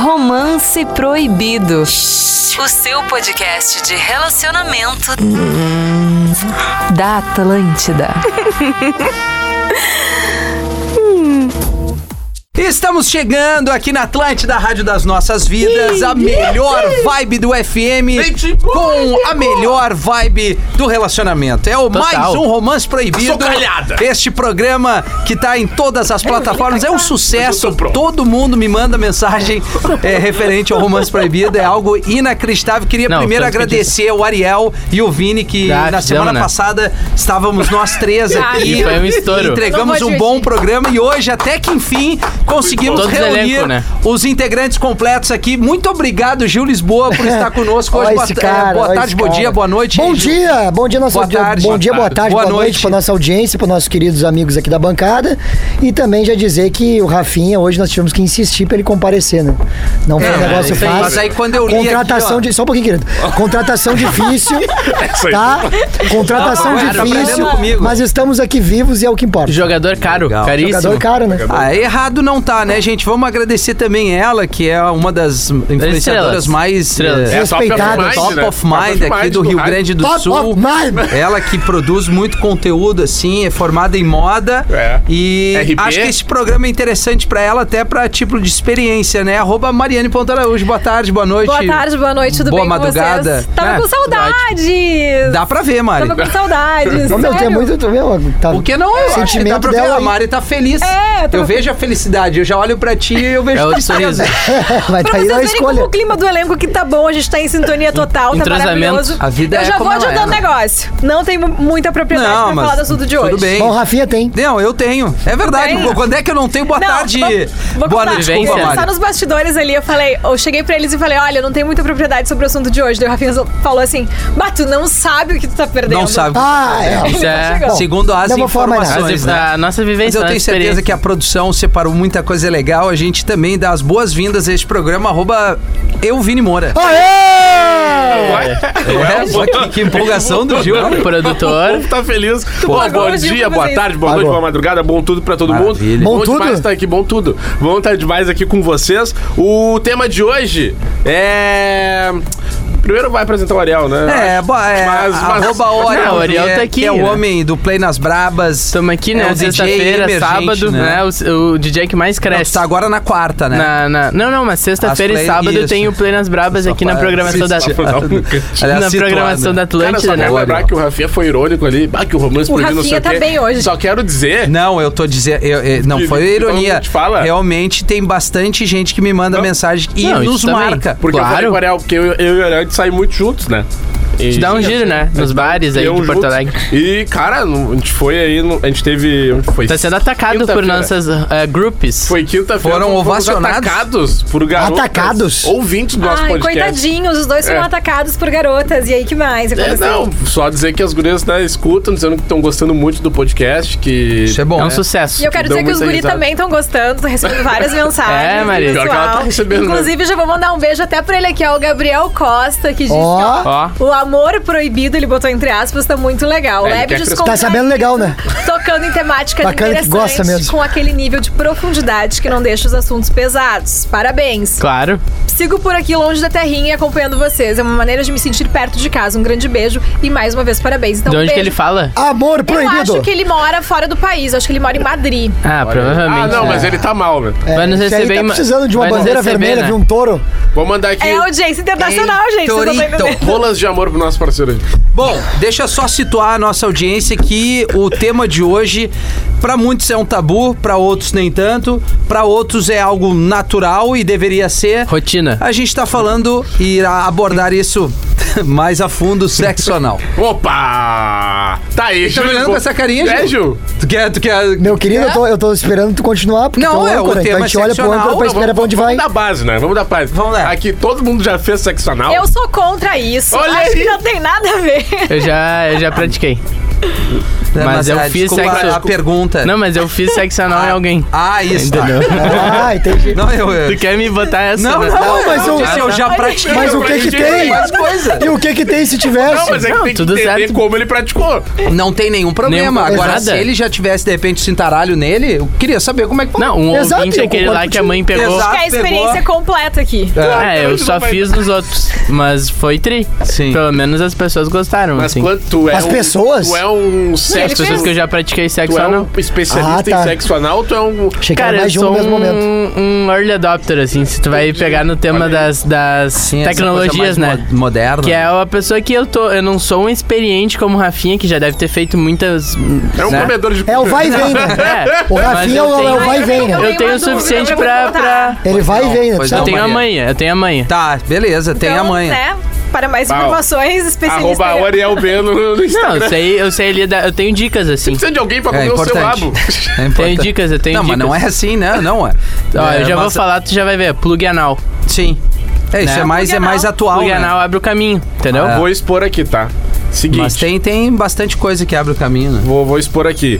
Romance Proibido. O seu podcast de relacionamento da Atlântida. Estamos chegando aqui na Atlântida, Rádio das Nossas Vidas, a melhor vibe do FM, com a melhor vibe do relacionamento. É o mais um romance proibido. Socalhada. Este programa que tá em todas as plataformas é um sucesso. Todo mundo me manda mensagem é, referente ao romance proibido, é algo inacreditável. Queria Não, primeiro tanto que agradecer o Ariel e o Vini que Ah, na fizemos, semana né? passada estávamos nós três aqui. E foi um estouro. Entregamos Não vou um bom programa e hoje, até que enfim, conseguimos Todos reunir elenco, né? os integrantes completos aqui. Muito obrigado, Gil Lisboa, por estar conosco hoje. Ó boa, esse ta- é, cara, boa ó tarde, esse bom cara. dia, boa noite. Bom Gil. dia, bom dia, nossa Boa tarde. bom dia, boa tarde, boa, noite, para nossa audiência, para nossos queridos amigos aqui da bancada. E também já dizer que o Rafinha, hoje nós tivemos que insistir para ele comparecer, né? Não foi um É, isso negócio aí. fácil. Mas aí quando eu li aqui, Contratação ó. de. Só um pouquinho, querido. Contratação difícil, isso aí. tá? Contratação Tá bom, cara, tá difícil, aprendendo comigo. mas estamos aqui vivos e é o que importa. Jogador caro, Legal. caríssimo. Jogador caro, né? Ah, errado não tá, né, gente? Vamos agradecer também ela, que é uma das influenciadoras Estrelas. mais Estrelas. eh, É top of Respeitado. mind, top né? of mind aqui do Rio rádio. Grande do Top Sul. of mind. Ela que produz muito conteúdo, assim, é formada em moda. É. E RP. acho que esse programa é interessante pra ela, até pra tipo de experiência, né? Arroba Mariane Pontaraújo. Boa tarde, boa noite. Boa tarde, boa noite, tudo Boa bem com madrugada, vocês? Tava né? com saudades! Dá pra ver, Mari. Tava com saudades, Então, meu, tem sério. muito. Meu, tá, Porque não é. Sentimento dá pra ver, dela a aí. Mari tá feliz. É, eu tô eu vejo a felicidade. Eu já olho pra ti e eu vejo É o tua sorriso. cara. Vai Pra tá aí vocês na verem como escolha. o clima do elenco que tá bom, a gente tá em sintonia total, tá Entrosamento. maravilhoso. A vida Eu é já como vou ela adiantar é, um né? negócio. Não tem mu- muita propriedade Não, pra mas falar do assunto de hoje. tudo bem. Bom, o Rafinha tem. Não, eu tenho. É verdade. Tem? Quando é que eu não tenho boa Não, tarde? vou- boa vou contar. noite, desculpa, Vivência. Só Mari. nos bastidores ali, eu falei, eu cheguei pra eles e falei, olha, eu não tenho muita propriedade sobre o assunto de hoje. Daí o Rafinha falou assim, bah, tu não sabe o que tu tá perdendo. Não sabe. Ah, é. Isso é- Bom, Segundo as não vou falar mais nada. informações, As- né? A nossa Mas vivência, eu tenho certeza que a produção separou muita coisa legal. A gente também dá as boas-vindas a este programa, arroba eu, Vini Moura. Ah, Aê! É, só que, que empolgação do Gil. O produtor. povo tá feliz. Bom, pagou bom o Gil dia, pra boa fazer tarde, boa Pagou. noite, boa madrugada, bom tudo pra todo Maravilha. mundo. Bom tudo? demais estar aqui, bom tudo. Bom estar demais aqui com vocês. O tema de hoje é... Primeiro vai apresentar o Ariel, né? É, boa, é Mas- mas- arroba Oriel, Não, o Oriel que é- tá aqui, que é o né? homem do Play nas Brabas. Estamos aqui, É né? um DJ Sexta-feira, emergente, sábado, né? O, o DJ que mais Não, cresce. tá agora na quarta, né? Na- na- não, não, mas sexta-feira As e play- sábado isso. tem o Plenas Brabas aqui na Só programação da. pra- um Aliás, na situado, programação né? da Cara, só Atlântida, né? quero lembrar que o Rafinha foi irônico ali. Ah, que o romance O proibido, não sei Rafinha o tá quê. bem hoje. Só quero dizer... Não, eu tô dizendo. eu- eu- não, Que- foi que ironia. todo mundo fala. Realmente tem bastante gente que me manda Não. mensagem e Não, isso nos também. marca. Porque eu Claro. falei com o Ariel, porque eu, eu e o Ariel a gente sai muito juntos, né? Te dá um Sim, giro, né? Nos bares aí Deu de um Porto juntos. Alegre. E, cara, no- a gente foi aí, no- a gente teve. onde Foi Tá sendo atacado por Quinta-feira. nossas eh, groups. Foi quinta-feira. Foram fomos ovacionados? Atacados por garotas. Atacados? Ouvintes do nosso Ai, podcast. coitadinhos, os dois foram É. atacados por garotas. E aí, que mais? É, Aconteceu? não, só dizer que as gurias né, escutam, dizendo que estão gostando muito do podcast, que... Isso é bom. É um né? sucesso. E eu quero Dão dizer que os muita guri risada. também estão gostando, tô recebendo várias mensagens. É, Maria. do Pior que ela tá pessoal. recebendo Inclusive, já vou mandar um beijo até pra ele aqui, ó, o Gabriel Costa, que diz que Ó, Ó. ó, o amor proibido, ele botou entre aspas, tá muito legal. É, ele Leve quer descontraído. tá sabendo legal, né? Tocando em temáticas Bacana que interessantes, gosta mesmo. com aquele nível de profundidade que não deixa os assuntos pesados. Parabéns. Claro. Sigo por aqui longe da terrinha e acompanhando vocês. É uma maneira de me sentir perto de casa. Um grande beijo e mais uma vez parabéns. Então, de onde beijo. que ele fala? Amor Eu proibido. acho que ele mora fora do país. Eu acho que ele mora em Madrid. Ah, Ah, provavelmente. não, né? mas ele tá mal, velho. É, Vai nos esse aí receber tá em- precisando de uma vai nos bandeira receber, vermelha, né? de um touro. Vou mandar aqui É audiência internacional, gente. vocês não tão Torito. entendendo. rolas de amor pro nosso parceiro aí. Bom, deixa eu só situar a nossa audiência que o tema de hoje pra muitos é um tabu, pra outros nem tanto, pra outros é algo natural e deveria ser. Rotina. A gente tá falando e irá abordar isso mais a fundo, sexo anal. Opa! Tá aí, Tá me olhando com essa carinha, É, Gil? Gil? Tu quer, tu quer Meu querido, eu, tô, eu tô esperando tu continuar, porque É? Não, tu é, é o o âncora. Então tema a gente olha pro excepcional. âncora pra Não, esperar pra onde vai. Vamos dar base, né? Vamos dar base. Vamos lá. Aqui todo mundo já fez sexo anal. Eu sou contra isso. Olha acho aí. que não tem nada a ver. Eu já, eu já pratiquei. Né, Mas eu ah, fiz desculpa sexo- a, a pergunta. Não, mas eu fiz sexo anal em alguém. Ah, isso. tá. Ah, entendi. Não, eu. eu- Tu quer me botar essa? Não, né? não, mas mas eu, eu- disse, eu já pratiquei. Mas o eu que que pratiquei tem? mais coisa. E o que que tem se tivesse? Não, mas é que Não, tem que tudo entender certo. É, como ele praticou. Não tem nenhum problema. Nenhum- Agora, Nada. se ele já tivesse, de repente, cintaralho nele, eu queria saber como é que foi. Não, um Exato, ouvinte é eu aquele lá concordo que a mãe Ah, pegou. Exato. Que é a experiência completa aqui. É, eu só fiz nos outros. Mas foi tri. Sim. Pelo menos as pessoas gostaram, Mas assim. quanto tu é As um- pessoas? Tu é um As sexo... pessoas que eu já pratiquei Tu sexo é anal. um especialista Ah, em tá. sexo anal, tu é um... Achei que era Cara, eu mais de um no sou mesmo momento. um, um early adopter, assim. Se tu vai pegar no tema das, das Sim, essa tecnologias, coisa mais né? mo- Moderna. Que é uma pessoa que eu tô. Eu não sou um experiente como o Rafinha, que já deve ter feito muitas. É um né? comedor de... É o vai e vem, né? É, O mas Rafinha é eu o, é o tenho- vai e vem, né? Eu Eu tenho tenho o uma dúvida, suficiente eu vou pra, contar. pra. Ele vai e vem, né? Pois Eu não, tenho a Maria. manha, eu tenho a manha. Tá, beleza, tem a Então, manha. né, Para mais Pau. informações, especialista. Arroba o Ariel B no, no Não, Instagram. eu sei, eu sei ali, da- eu tenho dicas assim. Precisa de alguém pra É comer o seu importante. rabo. É Tenho importante. dicas, eu tenho Não, dicas. mas não é assim, né? Não é. Ó, É, eu já vou mas- falar, tu já vai ver. Plug anal. Sim. É, isso Né? é mais, é Plug mais anal. atual, Plug né? anal abre o caminho, entendeu? Vou expor aqui, tá? Mas Seguinte, tem, tem bastante coisa que abre o caminho, né? vou, vou expor aqui.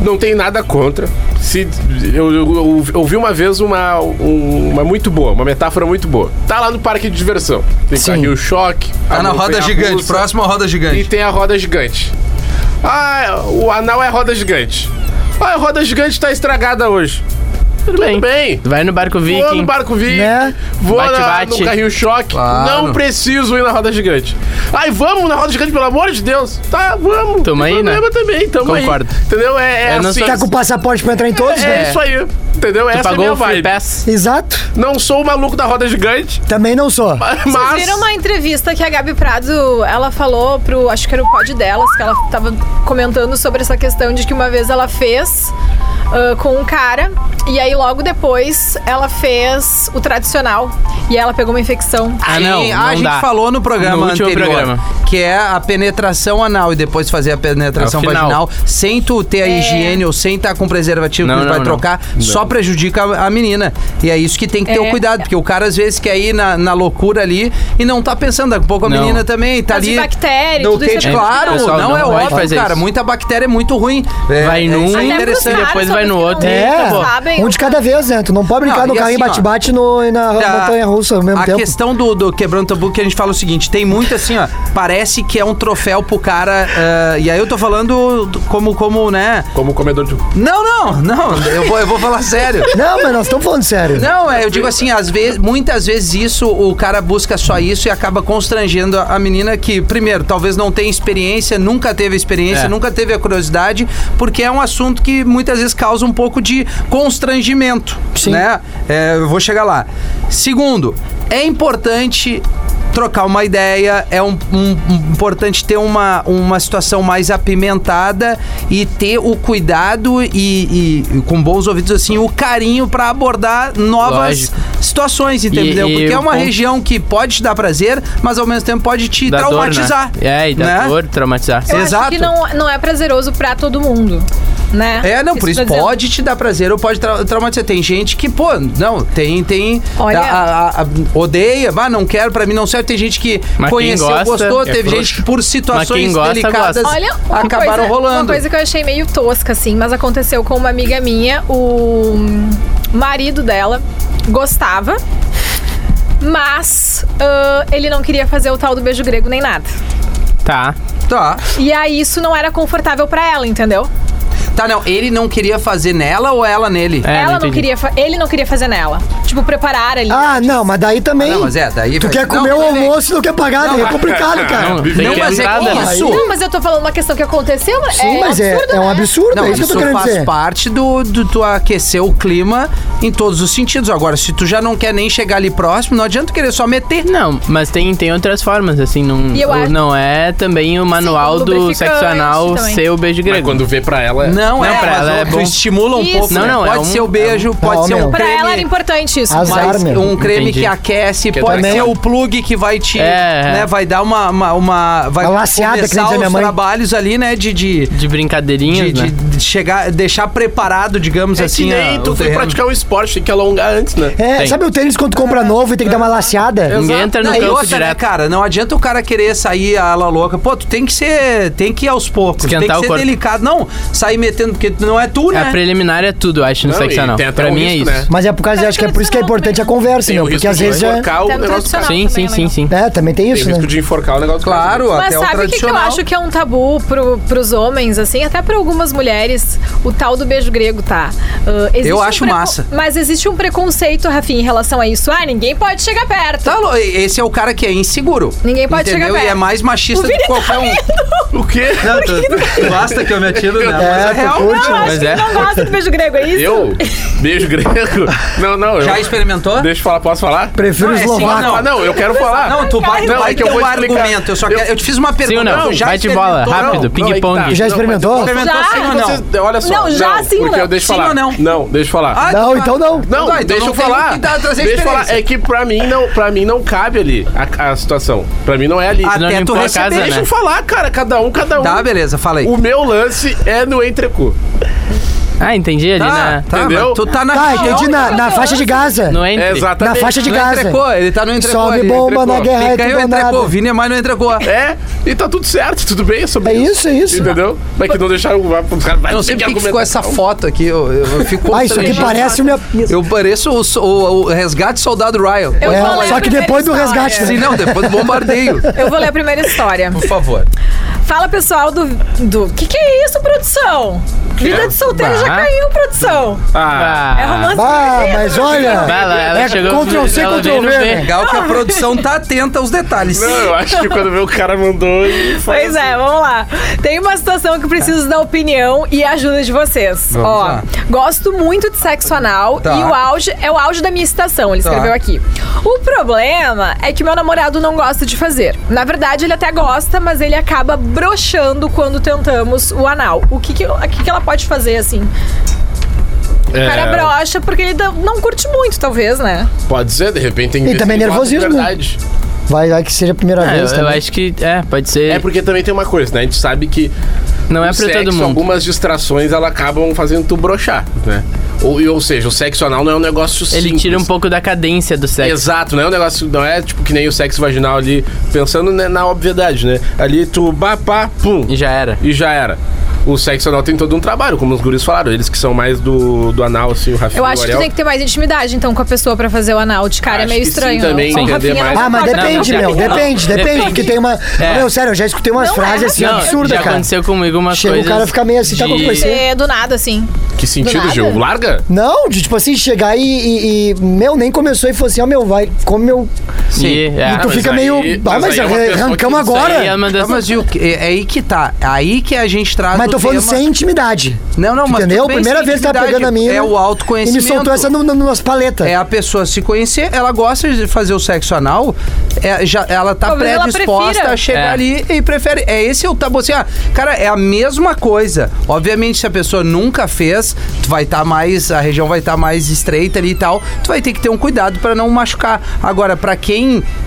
Não tem nada contra. Se, eu, eu- eu ouvi uma vez uma, um- uma muito boa, uma metáfora muito boa. Tá lá no parque de diversão. Tem Sim. carrinho choque. Tá a na roda montanha-russa, gigante, próxima roda E gigante. tem a roda gigante. Ah, o anal é roda gigante. Ah, a roda gigante tá estragada hoje. Tudo Tudo bem. Vai no barco Vou no viking. barco Viking, Né? vou Bate, na- bate. no carrinho choque, Claro. não preciso ir na roda gigante. Ai, vamos na roda gigante, pelo amor de Deus. Tá, vamos. Tamo Tem aí, né? problema também, tamo Concordo. aí. Entendeu? É, é Eu não assim. sou- Tá com o passaporte pra entrar em todos, É, né? isso aí. Entendeu? Tu Essa é a pagou minha o free vibe. pass. Exato. Não sou o maluco da roda gigante, Também não sou. Vocês mas... viram uma entrevista que a Gabi Prado, ela falou pro, acho que era o pod delas, que ela tava comentando sobre essa questão de que uma vez ela fez ah, com um cara, e aí logo depois ela fez o tradicional, e ela pegou uma infecção. Ah, não, Sim, não a gente dá. falou no programa No último anterior, programa. que é a penetração anal e depois fazer a penetração É o final. vaginal sem tu ter É. a higiene ou sem estar com preservativo Não, que tu vai não, não. trocar, só prejudica a, a menina. E é isso que tem que ter É. o cuidado, porque o cara às vezes quer ir na, na loucura ali e não tá pensando, daqui a pouco a Não. menina também tá Mas ali. de bactéria, não tudo isso tem, é bem claro, legal. Pessoal, não, é não vai óbvio, fazer cara, isso. muita bactéria é muito ruim. É, Vai é, num, isso é Até pros interessante. caras, depois vai talvez, no que outro não- e não acabou. É. sabem, Um de cada vez, né? Tu não pode brincar tá Não, no e carrinho assim, ó, bate-bate no- e na Tá. montanha russa ao mesmo a tempo. questão do, do quebrando tabu que a gente fala o seguinte: tem muito assim, ó. Parece que é um troféu pro cara. eh, e aí eu tô falando do- como, como, né? Como comedor de... Não, não, não. Eu vou, eu vou falar sério. Não, mas nós estamos falando sério. Não, é, eu digo assim, às vezes, muitas vezes isso, o cara busca só isso e acaba constrangendo a, a menina que, primeiro, talvez não tenha experiência, nunca teve experiência, É. nunca teve a curiosidade, porque é um assunto que muitas vezes causa um pouco de constrangimento, Sim. né? É, eu vou chegar lá. Segundo, é importante trocar uma ideia, é um, um- um- importante ter uma, uma situação mais apimentada e ter o cuidado e, e- e com bons ouvidos, assim, o carinho pra abordar novas Lógico. situações, entendeu? E- e Porque é o uma ponto- região que pode te dar prazer, mas ao mesmo tempo pode te Da dor, traumatizar. né? É, e da né? dor, traumatizar. Eu Exato. acho que não, não é prazeroso pra todo mundo, né? É, não, por que isso eu tô dizendo. pode te dar prazer ou pode tra- traumatizar. Tem gente que, pô, não, tem, tem. Olha. a- a- a- odeia, bah, não quero, pra mim não serve. Tem gente que Mas quem conheceu, gosta, gostou, é teve frouxo. gente que por Mas situações quem gosta, delicadas gosta. Olha, uma acabaram coisa, rolando. Uma coisa que eu achei meio tosca, assim, mas aconteceu com uma amiga minha, o marido dela gostava, mas ah, ele não queria fazer o tal do beijo grego nem nada. Tá. Tá. E aí isso não era confortável pra ela, entendeu? Tá, não, ele não queria fazer nela ou ela nele? É, ela não entendi. queria, fa- ele não queria fazer nela. Tipo, preparar ali. Ah, não, mas daí também. Não, mas é, daí Tu vai- quer Não, comer o tudo bem. almoço e não quer pagar, Não, né? É complicado, cara. Não, tem Não, que mas é entrada. que isso. Não, mas eu tô falando uma questão que aconteceu, mas um Sim, é mas é, absurdo, é um né? absurdo, Não, é isso que eu isso tô querendo faz dizer. parte do, do tu aquecer o clima em todos os sentidos. Agora, se tu já não quer nem chegar ali próximo, não adianta tu querer só meter. Não, mas tem, tem outras formas, assim, não, E eu o- acho- não é também o manual Sim, com do sexo lubrificante anal também. ser o beijo Mas grego. quando vê pra ela... Não, Não, é, pra mas ela o- é tu bom. estimula um Isso. pouco. Não, né? não, é pode um- ser o beijo, pode Ó, ser um meu. Pra creme. ela era importante isso. Azar. Mas meu. um creme Entendi. que aquece, Que pode também- ser o plug que vai te. É. né, vai dar uma. Uma, uma- vai Uma laceada, que nem começar diz a minha os mãe. trabalhos ali, né? De. de De brincadeirinhas, de, de- né? de chegar, deixar preparado, digamos É assim. que nem a- tu o foi terreno. praticar um esporte, tem que alongar antes, né? É, Tem. sabe o tênis quando tu compra novo e tem que dar uma laceada? Ninguém Exato. entra no Não, e campo outra, né, direto. cara? Não adianta o cara querer sair a ala louca. Pô, tu tem que ser. Tem que ir aos poucos. Esquentar tem que o ser corpo. delicado. Não, sair metendo, porque não é tu, né? A preliminar é tudo, eu acho, no Não, seccional. e tem até Pra um mim é risco, isso. né? Mas é por causa, acho que é por isso que é importante a conversa, Tem o meu. risco Porque às de vezes já. enforcar Tem o um negócio do cara. tradicional. Sim, sim, sim, sim. É, também tem Tem isso, o risco né? de enforcar o negócio do cara. Claro, Mas até o sabe o que, que eu tradicional. acho que é um tabu pro, pros homens, assim, até pra algumas mulheres, o tal do beijo grego, tá? Ah, existe Eu acho preco- massa. Mas existe um preconceito, Rafinha, em relação a isso. Ah, ninguém pode chegar perto. Tá, lo- esse é o cara que é inseguro. Ninguém pode entendeu? chegar E perto. é mais machista O do Vini tá que qualquer um. O quê? Não, tu- basta que eu me atiro, né? Mas é É, tu real, curte, não. Eu acho Mas que é. ele não gosta do beijo grego, é isso? Eu? Beijo grego? Não, não. Já eu... experimentou? Deixa eu falar, posso falar? Prefiro Não, é sim, eslovaco. não. Ah, não, eu quero falar. Não, tu vai, Não, vai é que ter eu vou um explicar. argumento. Eu só Eu- quero. Eu te fiz uma pergunta. ou não? já Vai de bola, experimentou? rápido. Não, aí que ping-pong. tá. Já Não, experimentou? mas eu- assim Experimentou Já. sim ou não? Vocês- olha só. Não, já sim ou porque não? eu deixo Sim falar. ou não? Não, deixa eu falar. Ah, Não, tu- então não. Não, Tá, então deixa não eu tem falar. que dar- trazer deixa eu falar. experiência. É que pra mim não, pra mim não cabe ali a, a situação. Pra mim não é ali. Ah, Senão Até limpou tu a casa, receber, né? Deixa eu falar, cara. Cada um, cada um. Tá, beleza, fala aí. O meu lance é no entrecu. Ah, entendi ali, Tá, né? tá, Entendeu? mas tu tá na. Tá, entendi na, na faixa de Gaza. Não é entre. Na faixa de No Gaza. entrecô, ele tá no entrecô. Sobe ele- bomba entrecô. na guerra, Fica é aí o tudo ou entrecô. nada. O Vini é mais no entrecô. É, e tá tudo certo, tudo bem, é sobre É isso, é isso. Entendeu? Mas que não deixaram o os caras. vai Eu não sei ter por que que ficou argumentar. essa foto aqui. Eu, eu, eu fico Ah, isso aqui constrangido. parece uma. Eu pareço o, so- o- o resgate soldado Ryan. Eu É, vou ler só a que primeira depois do história. resgate, né? Sim, não, depois do bombardeio. Eu vou ler a primeira história. Por favor. Fala, pessoal do... do... Que que é isso, produção? Vida de solteiro já Bah. caiu, produção. Ah, É romance. Ah, mas olha. Vai lá, ela É chegou. Ctrl C, ela veio Ctrl no V. B. Legal que a produção tá atenta aos detalhes. não, eu acho que quando vê o cara mandou. ele fala Pois é, vamos lá. Tem uma situação que preciso da opinião e ajuda de vocês. Ó, lá. gosto muito de sexo anal Tá. e o auge é o auge da minha excitação, ele Tá. escreveu aqui. O problema é que meu namorado não gosta de fazer. Na verdade, ele até gosta, mas ele acaba broxando quando tentamos o anal. O que que, o que que ela pode fazer assim? assim. O cara É, brocha porque ele não- não curte muito, talvez, né? Pode ser, de repente tem E ver se também ele gosta de nervosismo, né? verdade. Vai, vai que seja a primeira Ah, eu, vez. eu também. acho que é, pode ser. É porque também tem uma coisa, né? A gente sabe que não é o pra sexo, todo mundo. algumas distrações ela acabam fazendo tu brochar, né? Ou, e- ou seja, o sexo anal não é um negócio Ele simples. tira um pouco da cadência do sexo. Exato, não é um negócio, não é tipo que nem o sexo vaginal ali, pensando né, na obviedade, né? Ali tu pá, pá, pum, E já era. e já era. O sexo anal tem todo um trabalho, como os guris falaram, eles que são mais do, do anal, assim, o Rafinha Eu e o acho que tu Ariel. tem que ter mais intimidade, então, com a pessoa pra fazer o anal de cara. Acho é meio que sim estranho. também, não. Com entender Rafinha, mais. não Ah, mas pode dar depende, não, pra meu. não. ninguém. Depende, depende. Depende. Porque tem uma. É. Meu, sério, eu já escutei umas Não, frases assim Não, absurdas, já cara. aconteceu comigo umas Chega, o coisas. cara fica meio assim, tá com de- coisa- É, do nada, assim. Que sentido, nada. Gil? Larga? Não, de, tipo assim, chegar e, e- e, Meu, nem começou e falou assim, ó, meu, vai, come meu. Sim, é. e tu mas fica aí- meio. Ah, mas mas aí é uma pessoa que arrancamos isso agora. Aí é uma das- Tá, mas e o que- é aí que tá. Aí que a gente traz Mas o tô falando tema- sem intimidade. Não, não, mas entendeu? tudo bem, Primeira sem vez que tá intimidade. pegando a minha. É o E me autoconhecimento. soltou essa no, no, nas paletas. É a pessoa se conhecer, ela gosta de fazer o sexo anal, é, já, ela tá Talvez ela predisposta prefira. a chegar É. ali e prefere. É esse o tabu. Assim, ah, cara, é a mesma coisa. Obviamente, se a pessoa nunca fez, tu vai estar mais. A região vai estar mais estreita ali e tal. Tu vai ter que ter um cuidado pra não machucar. Agora, pra quem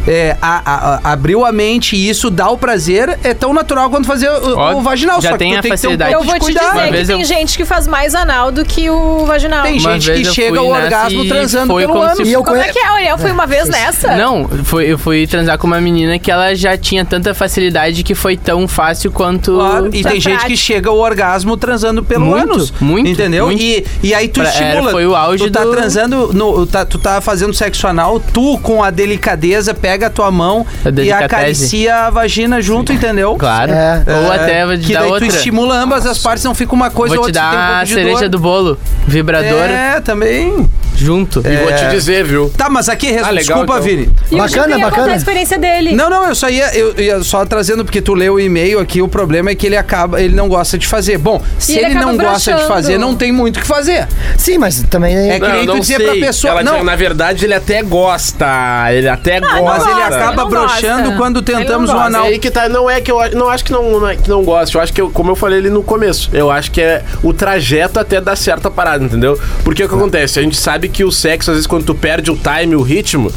é, a- a- a- abriu a mente e isso dá o prazer, é tão natural quanto fazer o, Ó, o vaginal. já só que tem tu a tem facilidade. que ter Eu um pouco vou de te cuidado. Uma dizer vez que eu- tem gente que faz mais anal do que o vaginal. Tem Uma gente vez que eu chega fui ao nessa orgasmo e transando foi pelo como ânus. se E eu Como é conhe... que é, Ariel? Foi uma vez nessa? Não, foi, eu fui transar com uma menina que ela já tinha tanta facilidade que foi tão fácil quanto. Claro, e Tá tem gente prático. que chega ao orgasmo transando pelo Muito, ânus. muito, Entendeu? muito. E, e aí tu Pra- era- estimula. foi o auge tu tá do- transando, no, tá, tu tá fazendo sexo anal, tu com a delicadeza pega a tua mão A e delicatese. acaricia a vagina junto, entendeu? Claro. É. Ou É, até vou te que dar daí outra. tu estimula ambas as partes, não fica uma coisa Vou ou te outra. tu tem um dar pouco a de cereja dor. do bolo. Vibrador É, também. junto. É. E vou É. te dizer, viu? Tá, mas aqui, res... Ah, legal, desculpa, então. Vini. E o Bacana, Gil ia bacana. contar a experiência dele. Não, não, eu só ia, eu ia só trazendo porque tu leu o e-mail aqui, o problema é que ele acaba, ele não gosta de fazer. Bom, se ele ele, não acaba gosta de broxando. fazer, não tem muito o que fazer. Sim, mas também. É que nem tu dizer pra pessoa, Ela não. Ah, dizia, na verdade, ele até gosta. Ele até gosta. Mas ele gosta, acaba Ah, não broxando gosta. quando Ele não tentamos o gosta. anal. Aí que tá, não é que eu a- não acho que não, não, é que não gosta. Eu acho que, eu- como eu falei ali no no começo. Eu acho que é o trajeto até dar certa parada, entendeu? Porque o que acontece? A gente sabe que o sexo, às vezes, quando tu perde o time, o ritmo,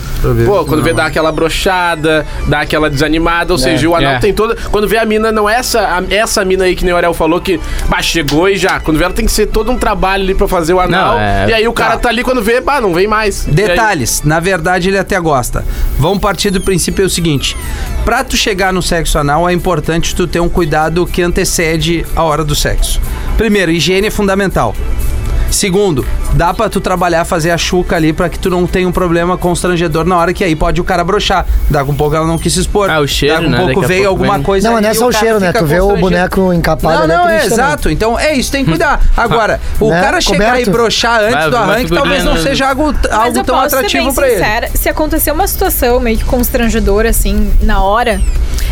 pô, quando vê, dá aquela brochada, dá aquela desanimada, ou seja, o anal É. tem toda. Quando vê a mina, não é essa, a- essa mina aí que nem o Ariel falou, que bah, chegou e já. Quando vê ela tem que ser todo um trabalho ali pra fazer o anal. Não, é- E aí o cara tá ali quando vê, bah, não vem mais. E aí- Detalhes, na verdade ele até gosta. Vamos partir do princípio é o seguinte: pra tu chegar no sexo anal é importante tu ter um cuidado que antecede a hora do sexo. Primeiro, higiene é fundamental. Segundo, dá pra tu trabalhar, fazer a chuca ali pra que tu não tenha um problema constrangedor na hora que aí pode o cara broxar. Dá com pouco ela não quis se expor. Ah, o cheiro, dá com né? pouco Daqui a veio pouco alguma vem. coisa Não, mas ali não é e só o cara cheiro, né? fica Tu vê o constrangido. boneco encapado Não, ali, é não, é, triste também. exato. Então é isso, tem que cuidar. Agora, o Né? cara chegar Coberto. e broxar antes Vai, do vai arranque talvez não figurinha, né? seja algo, Mas algo eu tão posso ser atrativo bem pra ele. sincera. Se acontecer uma situação meio que constrangedora, assim, na hora.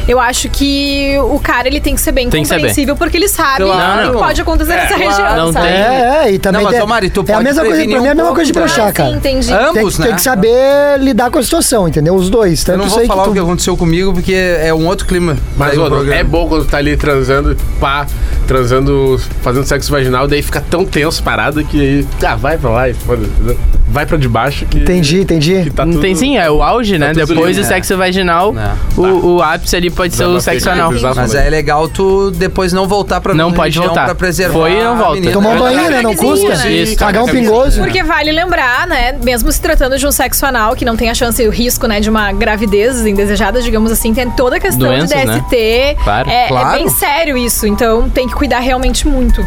Eu acho que o cara ele tem que ser bem Tem que saber. compreensível, porque ele sabe Claro. o que pode acontecer nessa região, não sabe? tem. É, é, e também. Não, mas, tem- ô, Mari, tu é a pode mesma coisa, prevenir pra mim é a um mesma coisa de pouco, né? broxar, Ah, cara. sim, entendi. Tem Ambos, que, né? tem que saber lidar com a situação, entendeu? Os dois. Eu Tanto não sei vou falar que o que tu... aconteceu comigo, porque é um outro clima. Mas, daí o mano, programa. é bom quando tu tá ali transando, pá, transando, fazendo sexo vaginal, daí fica tão tenso a parada que aí. Ah, vai pra lá, e foda-se, entendeu? vai pra debaixo que. Entendi, entendi. que tá não tudo- tem sim, é o auge, né? tudo Depois lindo. do sexo vaginal, É. o, o ápice ali pode ser o Desabafei, sexo anal. desabafei. Mas é legal tu depois não voltar pra Não mesma pode região voltar. Pra preservar Foi e não a volta. menina. Tomar um Vai dar banho, né? Não craquezinho, custa. né? Isso, Pagar um craquezinho. pingoso. Porque vale lembrar, né? Mesmo se tratando de um sexo anal, que não tem a chance e o risco, né, de uma gravidez indesejada, digamos assim, tem toda a questão Doenças, né? de DST. Claro. É, é Claro. bem sério isso, então tem que cuidar realmente muito.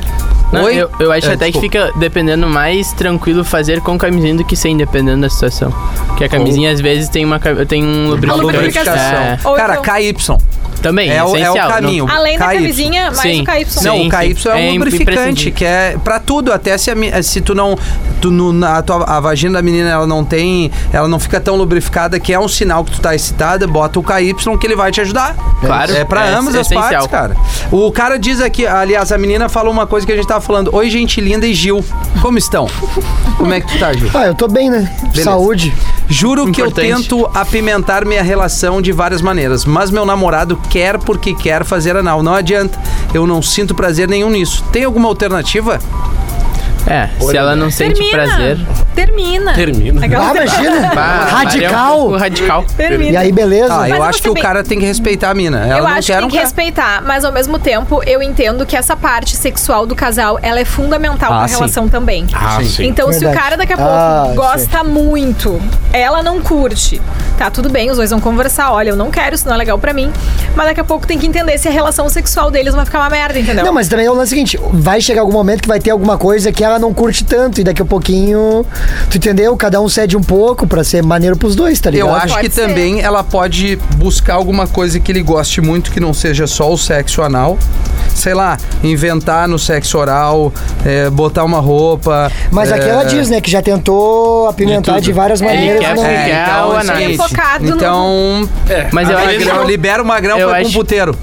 Não, Oi? Eu, eu acho É, até desculpa. que fica dependendo mais tranquilo fazer com camisinha do que sem, dependendo da situação. Porque a camisinha às vezes tem uma ca- tem um lubrificante. lubrificação. É, Ou Cara, então- KY. também, É, o, é o essencial. não- caminho. Além da KY. camisinha, mais Sim. o KY. Não, Sim, o KY sim. é um É lubrificante, imprescindível. que é pra tudo, até se, a, mi- se tu não. Tu, no- na- a, tua, a vagina da menina ela não tem. Ela não fica tão lubrificada, que é um sinal que tu tá excitada, bota o KY que ele vai te ajudar. Claro. É pra É ambas as partes, essencial. cara. O cara diz aqui, aliás, a menina falou uma coisa que a gente tava falando. Oi, gente linda e Gil. Como estão? Como é que tu tá, Gil? Ah, eu tô bem, né? Saúde. Juro que eu Importante. tento apimentar minha relação de várias maneiras, mas meu namorado quer porque quer fazer anal. Não adianta. Eu não sinto prazer nenhum nisso. Tem alguma alternativa? É, se ela não sente prazer. Termina. Termina. Aquela- Ah, imagina. Pá, Radical. é um pouco radical. Termina. E aí, beleza? Ah, eu eu acho vou que o ser cara tem que respeitar a mina. Ela eu não acho que quer tem um que cara. respeitar, mas ao mesmo tempo eu entendo que essa parte sexual do casal ela é fundamental Ah, na sim. relação também. Ah, sim. Então, se o Verdade. cara daqui a pouco Ah, gosta muito, ela não curte, tá tudo bem, os dois vão conversar. Olha, eu não quero, isso não é legal pra mim. Mas daqui a pouco tem que entender se a relação sexual deles vai ficar uma merda, entendeu? Não, mas também é o lance seguinte, vai chegar algum momento que vai ter alguma coisa que ela não curte tanto e daqui a pouquinho, tu entendeu? Cada um cede um pouco pra ser maneiro pros dois, tá ligado? Eu acho Pode que ser. também ela pode buscar alguma coisa que ele goste muito, que não seja só o sexo anal. Sei lá, inventar no sexo oral, é, botar uma roupa. Mas é, aqui ela diz, né, que já tentou apimentar tudo. de, várias maneiras. quer não- ficar- É, então, Legal, assim, análise. Focado no- então É. Mas eu Ah, acho que. um magrão, libera o magrão eu foi pra um acho- puteiro.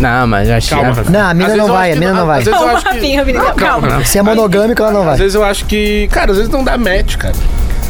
Não, mas eu acho que. Calma, é- Rafinha. Não, a mina Às vezes não eu vai, acho a que mina não vai. Às vezes eu Calma, acho que- Rafinha, menino, Não, calma. Se é monogâmico, ela não vai. Às vezes eu acho que, cara, às vezes não dá match, cara.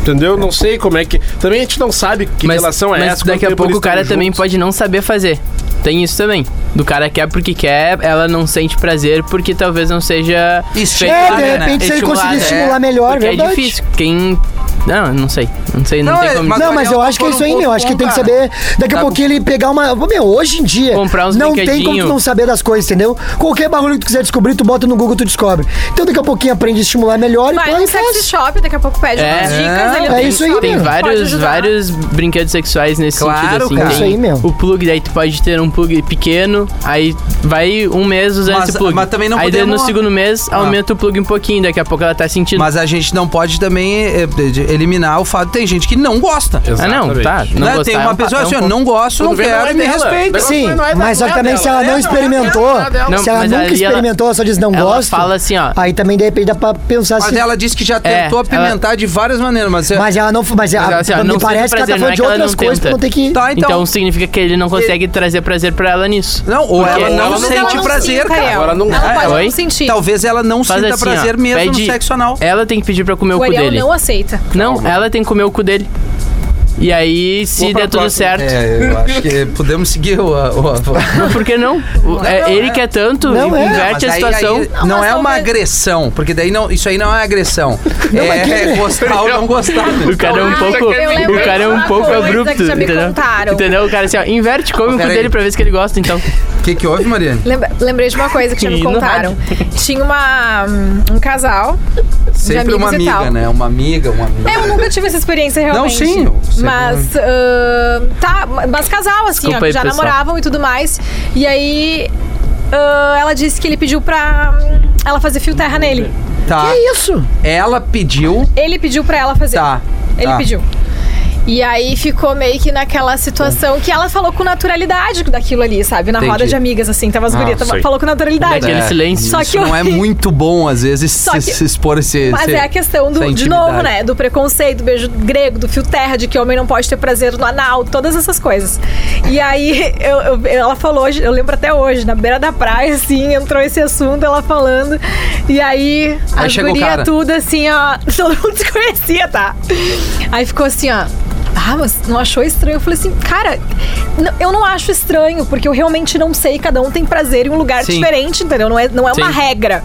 Entendeu? Não sei como é que. Também a gente não sabe que mas, relação é mas essa. daqui a pouco o cara também pode não saber fazer. Tem isso também. Do cara quer porque quer, ela não sente prazer porque talvez não seja. Isso, feito É, pra de ela, né? repente se ele Estimulada, conseguir é. estimular melhor, Porque verdade. é difícil. Quem. Não, não sei. Não sei, não, Não, é- tem como. mas- Não, mas eu Daniel acho que é tocou isso aí, num meu. ponto Acho que bom, tem que cara. saber. Daqui a pouquinho ele pegar uma. Ô, Meu, hoje em dia. Comprar uns Não tem como brinquedinho. tu não saber das coisas, entendeu? Qualquer barulho que tu quiser descobrir, tu bota no Google, tu descobre. Então daqui a pouquinho aprende a estimular melhor e Vai pá, no e sexy faz. shop, daqui a pouco pede É. umas dicas. É, ele é tem isso aí, pode Tem mesmo. vários, ajudar. vários brinquedos sexuais nesse Claro, sentido, assim. cara. Tem É Isso aí mesmo. O plug, daí tu pode ter um plug pequeno, aí vai um mês usando Mas- esse plug. mas também não aí daí no podemos- Ah. segundo mês aumenta o plug um pouquinho, daqui a pouco ela tá sentindo. Mas a gente não pode também eh, de- de- eliminar o fato. Tem gente que não gosta. ah, não, tá. Não né? gostar, Tem é uma pessoa um padrão, assim, pô. ó, não gosto, não Tudo bem, não quero, é me dela. respeita. Negócio Sim, Mas não é- mas só que não é também dela, se ela não é não dela, experimentou, não é dela. se Não, ela mas nunca ali ela- experimentou, ela só diz não ela gosto. fala assim, ó. Aí também de repente dá pra pensar Mas assim. ela disse que já tentou É, ela- apimentar de várias maneiras, mas, eh, Mas ela não. Mas Mas ela- assim, ó, não me sente parece que ela prazer, tá não é falando de que ela outras não coisas tenta. pra não ter que. tá, Então, então. significa que ele não consegue trazer prazer pra ela nisso. não, ou Porque ela não, ela não Mas ela sente não prazer, sinta, cara. Tá Ariel. Agora não- é. Ela pode Oi? não sentir. Talvez ela não Faz sinta assim, ó, prazer mesmo pede- no sexo anal. Ela tem que pedir pra comer O o cu Ariel dele. não aceita. Não, ela tem que comer o cu dele. E aí, se Vou pra der tudo próxima. certo. É, eu acho que podemos seguir o. o- o- Não, por que não? O- é, ele quer tanto, Não, é. inverte a Mas aí- situação. aí não, mas é uma talvez- agressão, porque daí não, isso aí não é agressão. é, é gostar ou não gostar. né? O cara é um Ah, pouco, eu lembro o cara é um uma pouco coisa que abrupto, já me entendeu? contaram. Entendeu? O cara assim, ó, inverte, come o cu Peraí. dele pra ver se ele gosta, então. O que, que houve, Mariane? Lembra- Lembrei de uma coisa que já me E no contaram. Tinha uma, um casal. Sempre amigos uma e amiga, tal. né? Uma amiga, uma amiga. Eu nunca tive essa experiência realmente. sim, eu sei é. Mas. ahn, tá, mas casal, assim, ó, Desculpa aí, já pessoal. namoravam e tudo mais. E aí. ahn, ela disse que ele pediu pra hum, ela fazer fio terra nele. Tá. É isso. Ela pediu. Ele pediu pra ela fazer. Tá. Ele tá. pediu. E aí ficou meio que naquela situação que ela falou com naturalidade daquilo ali, sabe? Na Entendi. roda de amigas, assim, tava as Ah, É, gurias, tava- sei. falou com naturalidade. Daquele silêncio. Só isso que eu- não é muito bom, às vezes, Só se, que- se expor esse. Mas esse- é a questão do, essa de intimidade. novo, né? Do preconceito, do beijo grego, do fio terra, de que homem não pode ter prazer no anal, todas essas coisas. E aí, eu- eu- ela falou, hoje, eu lembro até hoje, na beira da praia, assim, entrou esse assunto, ela falando. E aí, Aí a chegou o cara. guria tudo assim, ó. Todo mundo se conhecia, tá? Aí ficou assim, ó. Ah, mas não achou estranho? Eu falei assim, cara, n- eu não acho estranho, porque eu realmente não sei, cada um tem prazer em um lugar Sim. diferente, entendeu? Não é, não é uma Sim. regra.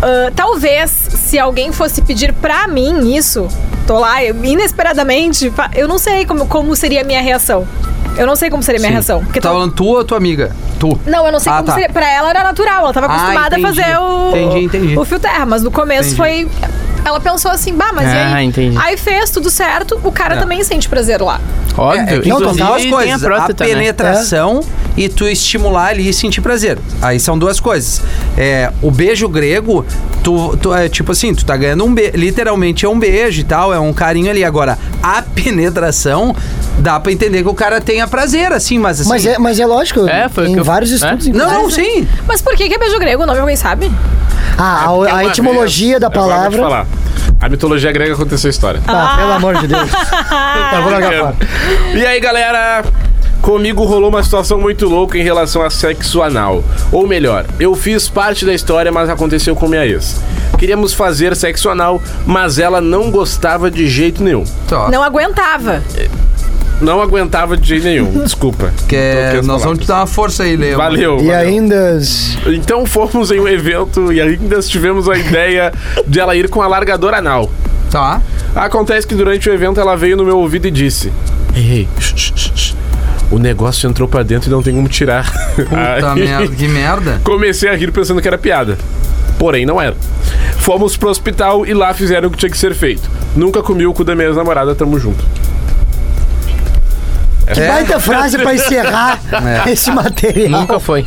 Ah, talvez, se alguém fosse pedir pra mim isso, tô lá, eu- inesperadamente, fa- eu não sei como, como seria a minha reação. Eu não sei como seria a minha Sim. reação. Porque Tu tá tal- falando tu ou tua amiga? Tu. Não, eu não sei Ah, como tá. seria. Pra ela era natural, ela tava Ah, acostumada a entendi. fazer o, Entendi, entendi. o fio terra, mas no começo Entendi. foi. Ela pensou assim, bah, mas e Ah, aí? entendi. Aí fez tudo certo, o cara É. também sente prazer lá. é Óbvio. não, É, inclusive, total, as tem Então tá, coisas. a A, próstata, né? penetração e tu estimular ali e sentir prazer. Aí são duas coisas. É, o beijo grego, tu, tu é tipo assim, tu tá ganhando um beijo. Literalmente é um beijo e tal, é um carinho ali. Agora, a penetração, dá pra entender que o cara tenha prazer, assim, mas assim. Mas é, mas é lógico, É, foi o em que eu- vários é? estudos. Não, inclusive. não, sim. Mas por que, que é beijo grego? O nome alguém sabe? Ah, a- Porque a, É uma etimologia vez- da agora eu vou te palavra. falar. A mitologia grega aconteceu a história. Tá, pelo amor de Deus. tá, vou largar fora. E aí, galera? Comigo rolou uma situação muito louca em relação a sexo anal. Ou melhor, eu fiz parte da história, mas aconteceu com minha ex. Queríamos fazer sexo anal, mas ela não gostava de jeito nenhum. Tá. Não aguentava. Não aguentava de jeito nenhum, desculpa. Que é- Troquei as nós vamos te palavras. dar uma força aí, Leo. Valeu. E valeu. ainda. Então fomos em um evento e ainda tivemos a ideia de ela ir com alargador anal. Tá. Acontece que durante o evento ela veio no meu ouvido e disse: Ei, ei, shh, shh, shh, shh. o negócio entrou pra dentro e não tem como tirar. Puta Aí, merda, Tá que merda. Comecei a rir pensando que era piada. Porém, não era. Fomos pro hospital e lá fizeram o que tinha que ser feito. Nunca comi o cu da minha namorada, tamo junto. É. Que baita frase pra encerrar É. esse material. Nunca foi.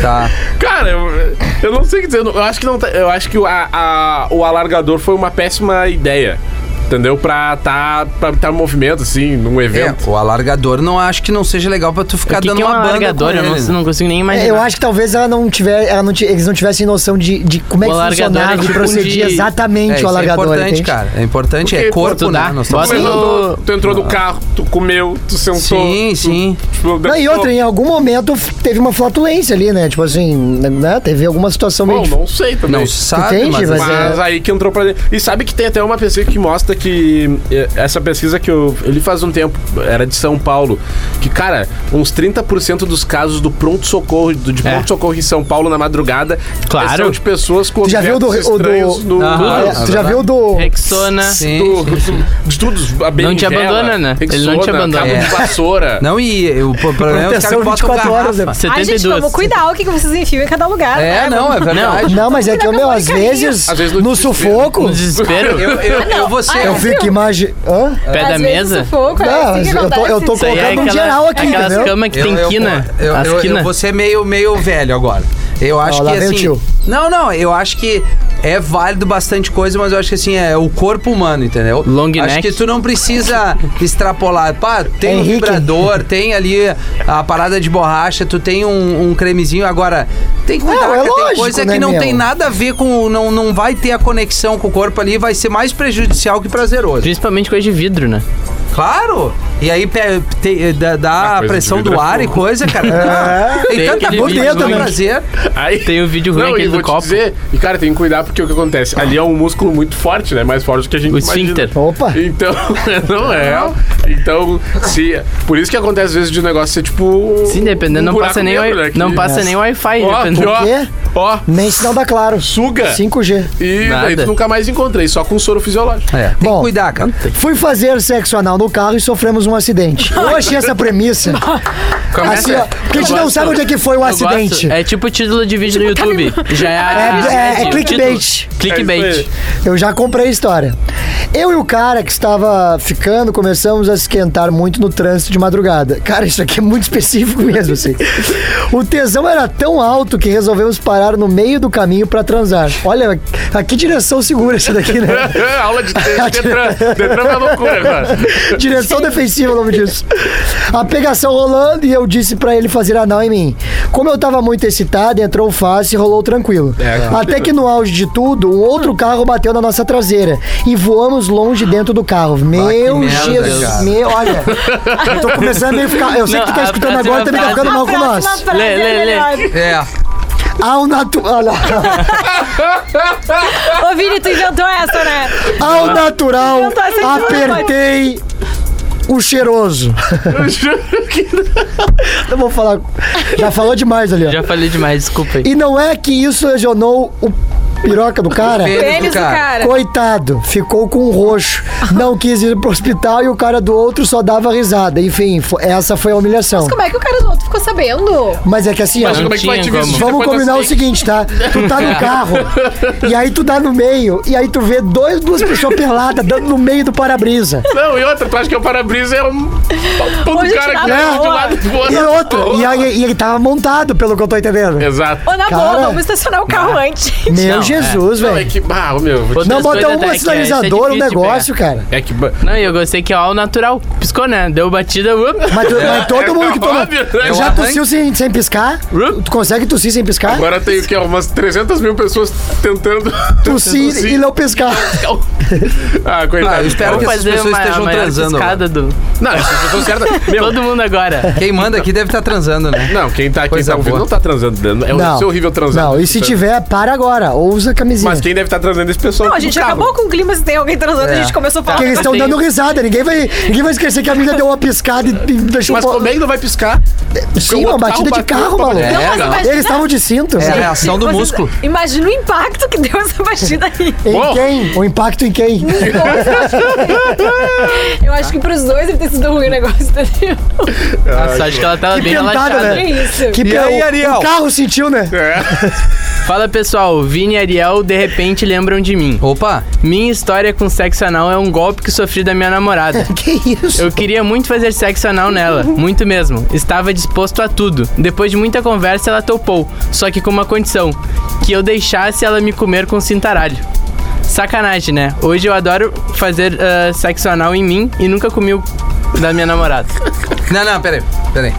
Tá. Cara, eu, eu não sei o que dizer. Eu, não- eu acho que não tá- Eu acho que o, a- a- o alargador foi uma péssima ideia. Entendeu? Pra tá, pra tá em movimento, assim, num É, evento. o alargador não acho que não seja legal pra tu ficar o que, dando que é um uma banda. Com alargador? Eu ele, não, né? não consigo nem imaginar. eu acho que talvez ela não tiver, ela não ti- eles não tivessem noção de, de como é O que alargador é funcionava e tipo procedia de- É, exatamente isso o alargador. é importante, entende? cara. É importante, Porque, é pô, corpo, tu né? dá- Nós estamos bota Mas Sim. falando. andou, tu entrou no carro, tu comeu, tu sentou. Sim, sim. Tipo, Não, e outra, hein? em algum momento f- teve uma flatulência ali, né? Tipo assim, né? Teve alguma situação meio. Bom, dif- não sei também. Não se sabe, Entende, mas, mas é- Mas aí que entrou pra dentro. E sabe que tem até uma pesquisa que mostra que. eh, Essa pesquisa que eu. Ele faz um tempo, era de São Paulo. Que, cara, uns 30% dos casos do pronto-socorro, do- de É. pronto-socorro em São Paulo na madrugada, é Claro. são de pessoas com Tu já viu o do- objetos o do- estranhos no- Aham. no- É, Ah, tu já verdade. viu do. Rexona. Sim, do- sim, sim. de é tudo, a berinjela, abandona, né? Ele não te rexona, abandona. cabo de É. vassoura. Não, e o problema é os Proteção caras botam 24 garrafa. horas, né? Ai, 72. gente, vamos cuidar o que que vocês enfiam em cada lugar. É, né? não, é verdade. Não, mas é que, meu, às Carinha. vezes, Às vezes no no desespero. sufoco, No desespero? Eu, eu, eu vou ser. Ah, eu é. fico imaginando. Hã? Pé da Às vezes mesa? sufoco, é Não, assim que eu tô- acontece. eu tô Isso aí colocando um é aquela- geral aqui, aquelas entendeu? camas é que Eu- tem eu- quina. Eu, as eu, quina. eu vou ser meio, meio velho agora. Eu acho Ó, lá que vem o assim. tio. Não, não, eu acho que é válido bastante coisa, mas eu acho que assim, é o corpo humano, entendeu? Long acho neck. que tu não precisa extrapolar. Pá, tem um Henrique. vibrador, tem ali a parada de borracha, tu tem um, um cremezinho. Agora, tem que cuidar, Não, é cara, tem lógico, coisa que né, não meu? tem nada a ver com. o- Não, não vai ter a conexão com o corpo ali, vai ser mais prejudicial que prazeroso. Principalmente coisa de vidro, né? Claro! E aí pe- te- eh, dá, dá Ah, a coisa pressão de do ar e coisa, cara. É. Tem Tem tanta aquele coisa vídeo pra né? do- prazer. Aí Tem o vídeo ruim Não, aquele e do vou te copo. dizer, e cara, tem que cuidar porque o que acontece? Ali é um músculo muito forte, né? Mais forte do que a gente O imagina. esfíncter. Opa! Então, não é. Então, se. Por isso que acontece às vezes de um negócio ser tipo. Sim, dependendo, não passa nem, o wi- não passa nem Wi-Fi. né? Ó, dependendo. ó, O quê? ó, Nem sinal da Claro. suga. 5G. E Nada. daí tu nunca mais encontrei, só com soro fisiológico. É, tem que Bom, cuidar, cara. Fui fazer sexo anal no carro e sofremos um acidente. Eu achei essa premissa. assim, ó, porque a gente Eu não gosto. sabe onde é que foi o Eu acidente. tá gosto. É tipo título de vídeo no YouTube. Já é, É- é- é título. clickbait. É Clickbait. isso Eu já comprei a história. Eu e o cara que estava ficando começamos a esquentar muito no trânsito de madrugada. Cara, isso aqui é muito específico mesmo, assim. O tesão era tão alto que resolvemos parar no meio do caminho para transar. Olha, a que direção segura essa daqui, né? Aula de de- Detran. Detran é uma loucura agora. Direção defensiva, o nome disso. A pegação rolando e eu disse pra ele fazer anal em mim. Como eu tava muito excitado, entrou fácil e rolou tranquilo. Até que no auge de tudo, um outro carro bateu na nossa traseira e voamos longe dentro do carro. Meu merda, Jesus, cara. meu, olha. Eu tô começando a meio ficar. Eu sei Não, que tu tá a escutando próxima agora também tá ficando frase- mal com Próxima nós. frase Lê, lê, é lê. melhor. É. Ao natural. Ô, Vini, tu inventou essa, né? Ao natural, Eu tô sentindo apertei o cheiroso. Eu juro que Não vou falar. Já falou demais ali, ó. Já falei demais, desculpa aí. E não é que isso lesionou o piroca do cara? Pênis do cara. Coitado, ficou com um roxo. Não quis ir pro hospital e o cara do outro só dava risada. Enfim, fo- essa foi a humilhação. Como é que o cara do outro ficou sabendo? Mas é que assim, ó, Mas como é que vai tinha te ver como. isso vamos depois do combinar o acidente? seguinte, tá? Tu tá no carro e aí tu dá no meio e aí tu vê dois, duas pessoas peladas dando no meio do para-brisa. Não, e outra, tu acha que é o para-brisa é um. Todo Onde cara que tirar é a de um boa. lado do outro. E outra, e, aí, e ele tava montado, pelo que eu tô entendendo. Exato. Ô, na boa, Cara. vamos estacionar o carro antes. Meu Não, é. Jesus, Não, é velho. que. Ah, ô, meu. vou te- Não, Outras bota coisas um é que é- isso é sinalizador, um difícil de negócio, cara. É que. ba- Não, e eu gostei que é ao natural. Piscou, né? Deu batida. Up, Mas, tu- mas todo mundo que toma. É óbvio, né? Já tossiu sem, sem piscar? Rup. Tu consegue tossir sem piscar? Agora tem o quê? Umas 300 mil pessoas tentando. tossir e não piscar. Ah, Ah, coitado. eu espero Vamos Cara, que essas fazer pessoas uma, estejam uma transando escada do. Não, essas pessoas certas. Meu, Todo mundo agora. Quem manda aqui deve estar transando, né? não, quem tá, quem Coisa tá ouvindo boa. não tá transando. né? É um- isso é horrível transar. Não, e se tiver, para agora. Ou usa a camisinha. Mas quem deve estar tá transando é esse pessoal. Não, a gente acabou com o clima se tem alguém transando, É. a gente começou a falar. Porque eles estão Sim. dando risada. Ninguém vai, ninguém vai esquecer que a mina deu uma piscada e, e deixou Mas o- como é que não vai piscar? Sim, o uma outro batida carro de bateu, carro, tá maluco. batendo. Não, É, mas Eles estavam de cinto. É a reação do músculo. Imagina o impacto que deu essa batida aí. Em Uou. quem? O impacto em quem? Eu acho que pros dois deve ter sido ruim o negócio, entendeu? Ah, Nossa, acho que ela tava Que bem pentada, relaxada. Que né? isso. Que pe- aí, o- Ariel? O carro sentiu, né? Fala pessoal, Vini e Ariel de repente lembram de mim. Opa, Minha história com sexo anal é um golpe que sofri da minha namorada. Que isso? Eu queria muito fazer sexo anal nela, muito mesmo. Estava disposto a tudo. Depois de muita conversa, ela topou, só que com uma condição: que eu deixasse ela me comer com cintaralho. Sacanagem, né? Hoje eu adoro fazer ah, sexo anal em mim e nunca comi o da minha namorada. não, não, peraí, peraí.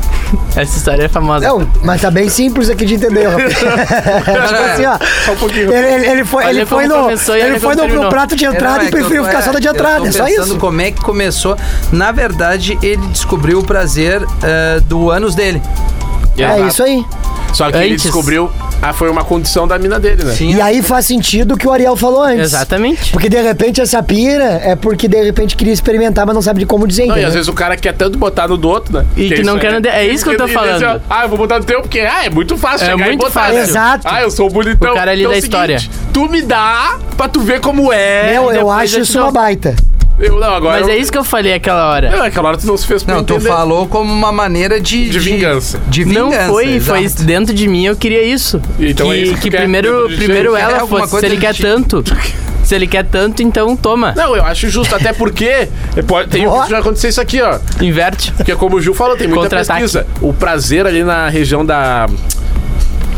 Essa história é famosa. Não, mas tá bem simples aqui de entender, rapaz. tipo assim, ó. Só um pouquinho. Ele, ele- ele foi, Olha ele foi como no, começou e olha ele foi como no, no terminou. prato de Não, entrada é e que eu preferiu tô- ficar só é, na de eu tô entrada, é só pensando isso. como é que começou. Na verdade, ele descobriu o prazer eh, do ânus dele. É isso aí. Só que ele Antes. descobriu. Ah, foi uma condição da mina dele, né? Sim. E aí faz sentido o que o Ariel falou antes. Exatamente. Porque de repente essa pira é porque de repente queria experimentar, mas não sabe de como dizer. Não, e entendeu? às vezes o cara quer tanto botar no do outro, né? E que isso não aí. quer no de- é isso que eu tô E- e- e dizer, falando. Ah, eu vou botar no teu porque ah, é muito fácil É chegar muito e botar. fácil. né? Exato. Ah, eu sou bonitão. O cara ali Então da é o história. Tu me dá pra tu ver como é. Meu, eu depois acho eu te isso dou- uma baita. Eu, não, agora Mas eu- é isso que eu falei aquela hora. Não, naquela hora tu não se fez pra Não, tu entender. falou como uma maneira de... De vingança. De Não vingança, foi, foi exato. dentro de mim, eu queria isso. Então que é isso que que quer, primeiro, dentro de ti. primeiro Quer ela alguma fosse, se coisa ele quer tipo? de ti. tanto. Se ele quer tanto, então toma. Não, eu acho justo, até porque é, pode, tem, Ó. já aconteceu isso aqui, ó. Inverte. Porque como o Gil falou, tem muita Contra-ataque. pesquisa. O prazer ali na região da,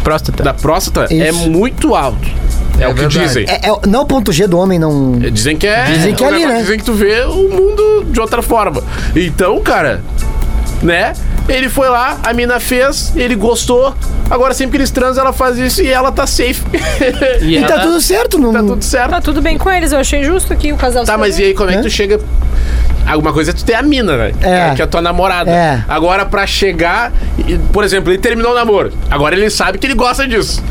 Próstata. da próstata é Isso. muito alto. É, o que verdade. dizem. É, é- não o ponto G do homem, não. Dizem que é. Dizem que é um ali, negócio- né? Dizem que tu vê o mundo de outra forma. Então, cara, né? Ele foi lá, a mina fez, ele gostou. Agora sempre que eles transam, ela faz isso e ela tá safe. E E ela- tá tudo certo, não. tá tudo certo. Tá tudo bem com eles, eu achei injusto que o casal Tá, mas e aí, como é que tu chega. Alguma coisa é tu ter a mina, velho. né? É. Que é a tua namorada. É. Agora, pra chegar. e, Por exemplo, ele terminou o namoro. Agora ele sabe que ele gosta disso.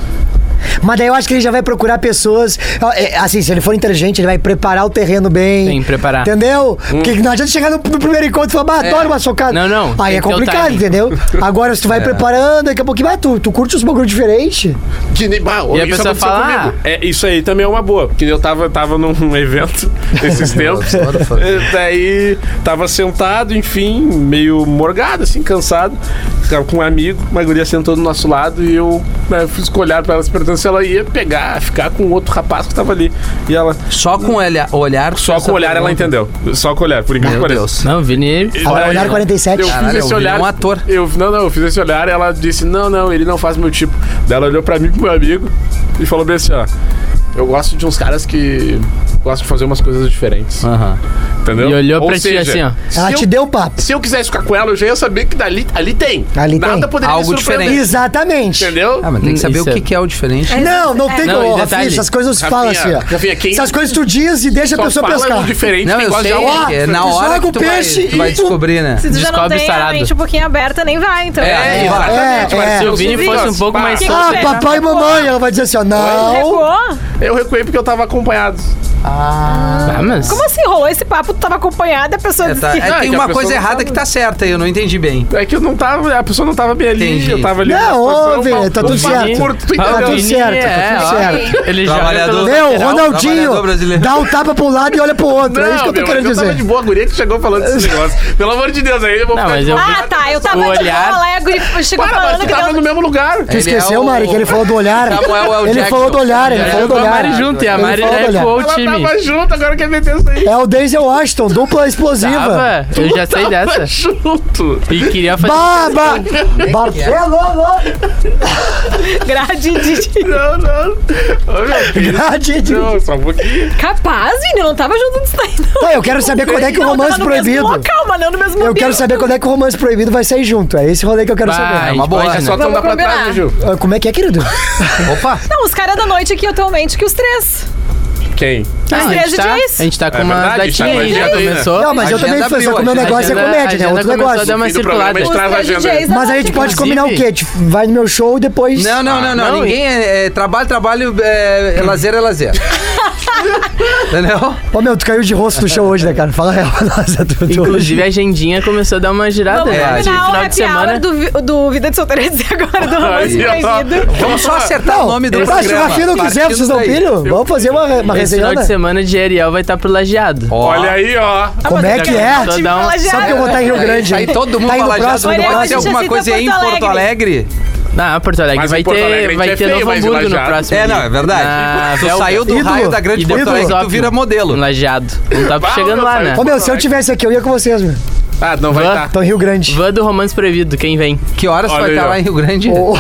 Mas daí eu acho que ele já vai procurar pessoas. ó, é, Assim, se ele for inteligente, ele vai preparar o terreno bem. Tem que preparar. Hum. É. Entendeu? Porque não adianta chegar no, no primeiro encontro e falar, bah, adoro uma socada. Não, não, Aí tem é que ter o complicado, timing. É. entendeu? Agora, se tu vai preparando, daqui a pouquinho, ah, tu, tu curte uns bagulho diferente. Que nem, bah, E a isso pessoa aconteceu fala, comigo. É, isso aí também é uma boa. Porque eu tava, tava num evento esses tempos. E daí tava sentado, enfim, meio morgado, assim, cansado. Tava com um amigo, uma guria sentou do nosso lado e eu né, fiz com o olhar pra ela se perguntando se ela ia pegar, ficar com outro rapaz que tava ali. E ela, Só com o olha- olhar. é? só com o olhar, ela entendeu. Só com o olhar, por incrível Meu que pareça. Deus. Não, Vini. E Olha, daí, olhar 47. Eu fiz Caralho, esse eu vi olhar. um ator. Eu, não, não, eu fiz esse olhar ela disse: Não, não, ele não faz meu tipo. Daí ela olhou pra mim e pro meu amigo e falou bem assim: Ó, eu gosto de uns caras que gostam de fazer umas coisas diferentes. Aham. Entendeu? E olhou Ou pra ti assim, ó. se Ela eu- te deu o papo. Se eu quisesse ficar com ela, eu já ia saber que dali, ali tem. Ali Nada tem. poderia Algo me surpreender. diferente. Exatamente. Entendeu? Ah, mas tem que Hum, saber o isso que, é- que é o diferente. Não, não tem Não, como. e Ô, detalhe, Rafinha, essas coisas não se falam assim, Rafinha, ó. Rafinha, quem- Essas coisas tu diz e deixa a Só pessoa fala pescar. no diferente, Não, quem eu gosta de sei. algo que é diferente. na hora Joga que o tu vai, peixe tu vai e- descobrir, né? Se tu já não Descobre tem a sarado. mente um pouquinho aberta, nem vai, então. É, É. exatamente, é, mas é. eu Se o Vini sou fosse um filho, pouco pá, mais Que- pá. Ah, Espera. papai e mamãe, ela vai dizer assim, ó, não. Recuou? Eu recuei porque eu tava acompanhado. Ah, mas. Como assim? Rolou esse papo, tu tava acompanhada, a pessoa É, disse tá- que... é, Ah, tem que a uma pessoa coisa não errada sabe. que tá certa aí, eu não entendi bem. É que eu não tava. A pessoa não tava bem ali. Entendi. Eu tava ali. Não, numa situação ô, Vini, tá mal- tudo mal- certo. um curto, tu Tá entendeu? tudo certo, tá tudo certo. Ele já. Trabalhador. pelo- Meu, Lateral, Ronaldinho, trabalhador brasileiro. dá um tapa pra um lado e olha pro outro. é isso que eu tô meu, querendo mas tava dizer. de boa a guria que chegou falando desse negócio. Pelo amor de Deus, aí eu vou Não, ficar mas de eu- boa. Ah, tá, eu tava O de olhar- bola, aí a guria chegou Para, mas falando tu que tava deu... no mesmo lugar. Tu esqueceu, é o- Mari, que ele falou do olhar. Samuel L. ele Jackson. falou do olhar, ele É, falou do A olhar. Mari junto, e a Ele Mari falou do olhar. recuou o Ela time. tava junto, agora quer meter isso aí. É o Denzel Washington, dupla explosiva. Tava, eu já sei Tava dessa. junto. E queria fazer. Baba! Barcelona! Grade de... Não, não. Ô, meu filho. Grade de- Não, só um pouquinho. Capaz, Vini, eu não tava junto disso daí, não. Tá, eu quero saber quando é que o Não, romance tava no mesmo proibido. local, mas não no mesmo Eu ambiente. quero saber quando é que o romance proibido vai sair junto. É esse rolê que eu quero Vai, saber. uma boa, pode, né? né? Só tu andar pra combinar. trás, né, Gil. Ah, Como é que é, querido? Opa! Não, os caras da noite aqui atualmente, que os três. Quem? Ah, a, gente Três tá, DJs. a gente tá com É uma verdade, datinha tá com aí, já agenda aí, né? começou. Não, mas eu Agenda também fui, só que o meu abriu, negócio é agenda- comédia, né? agenda Outro começou a negócio. dar uma Fim do programa, circulada. a gente Os traz a três agenda. aí. DJs da Mas a gente noite. pode combinar o quê? Tipo, vai no meu show e depois. Não, não, não, não. não, Ninguém é, é trabalho, trabalho, é, é lazer é lazer. Entendeu? Ô meu, tu caiu de rosto no show hoje, né, cara? Fala a real, nossa, tu, é tu Inclusive, a agendinha começou a dar uma girada. Vamos né? É, De combinar o final de happy hour semana. do, vi- do Vida de Solteirense agora, do romance Aí, ó. proibido. Vamos só acertar Não, o nome do eu acho programa. que o Rafinha não quiser, Partindo vocês não daí. pilham? Vamos fazer uma, uma Esse resenha, final de né? semana de Ariel vai estar pro lajeado. Ó, tá Olha aí, ó. Como é que é? Só dá um- Sabe que eu vou estar em Rio Grande. Aí hein? todo mundo tá indo fala já, próximo, pode no Olha, acontecer próximo. hoje alguma já coisa cita aí em Porto Porto Alegre? Ah, Porto Alegre Mas vai em Porto ter, Alegre a gente vai ter é feio, Novo mas em Hamburgo no Lajeado- próximo. É, não, é verdade. Ah, tu Belga. saiu do Ídolo. raio da grande E Porto depois, Alegre, tu óbvio, vira modelo. Lajeado. Não tá Bah, chegando meu lá, pai. né? Ô meu, se eu tivesse aqui, eu ia com vocês, meu. Ah, não vai Vã. estar. Tô em Rio Grande. Van do Romance Proibido, quem vem? Que horas tu Olha vai aí, estar ó. lá em Rio Grande? Ô,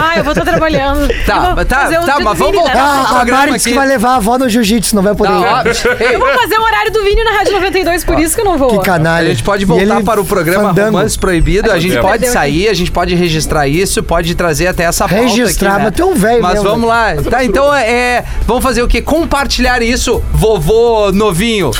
Ah, eu vou estar trabalhando. Tá, Eu vou mas tá- fazer o tá, do mas Vini, vamos né? voltar. Ah, a programa Mari disse aqui. que vai levar a avó no jiu-jitsu, não vai poder Tá ir. ótimo. Eu vou fazer o horário do Vini na Rádio 92, por isso que eu não vou. Que A canalha. gente pode E voltar ele para o programa fandango. Romance Proibido. A gente Podemos. pode sair, a gente pode registrar isso, pode trazer até essa pauta Registrar, aqui, né? mas tu é um velho Mas mesmo. vamos lá. Tá, então é... Vamos fazer o quê? Compartilhar isso, vovô novinho.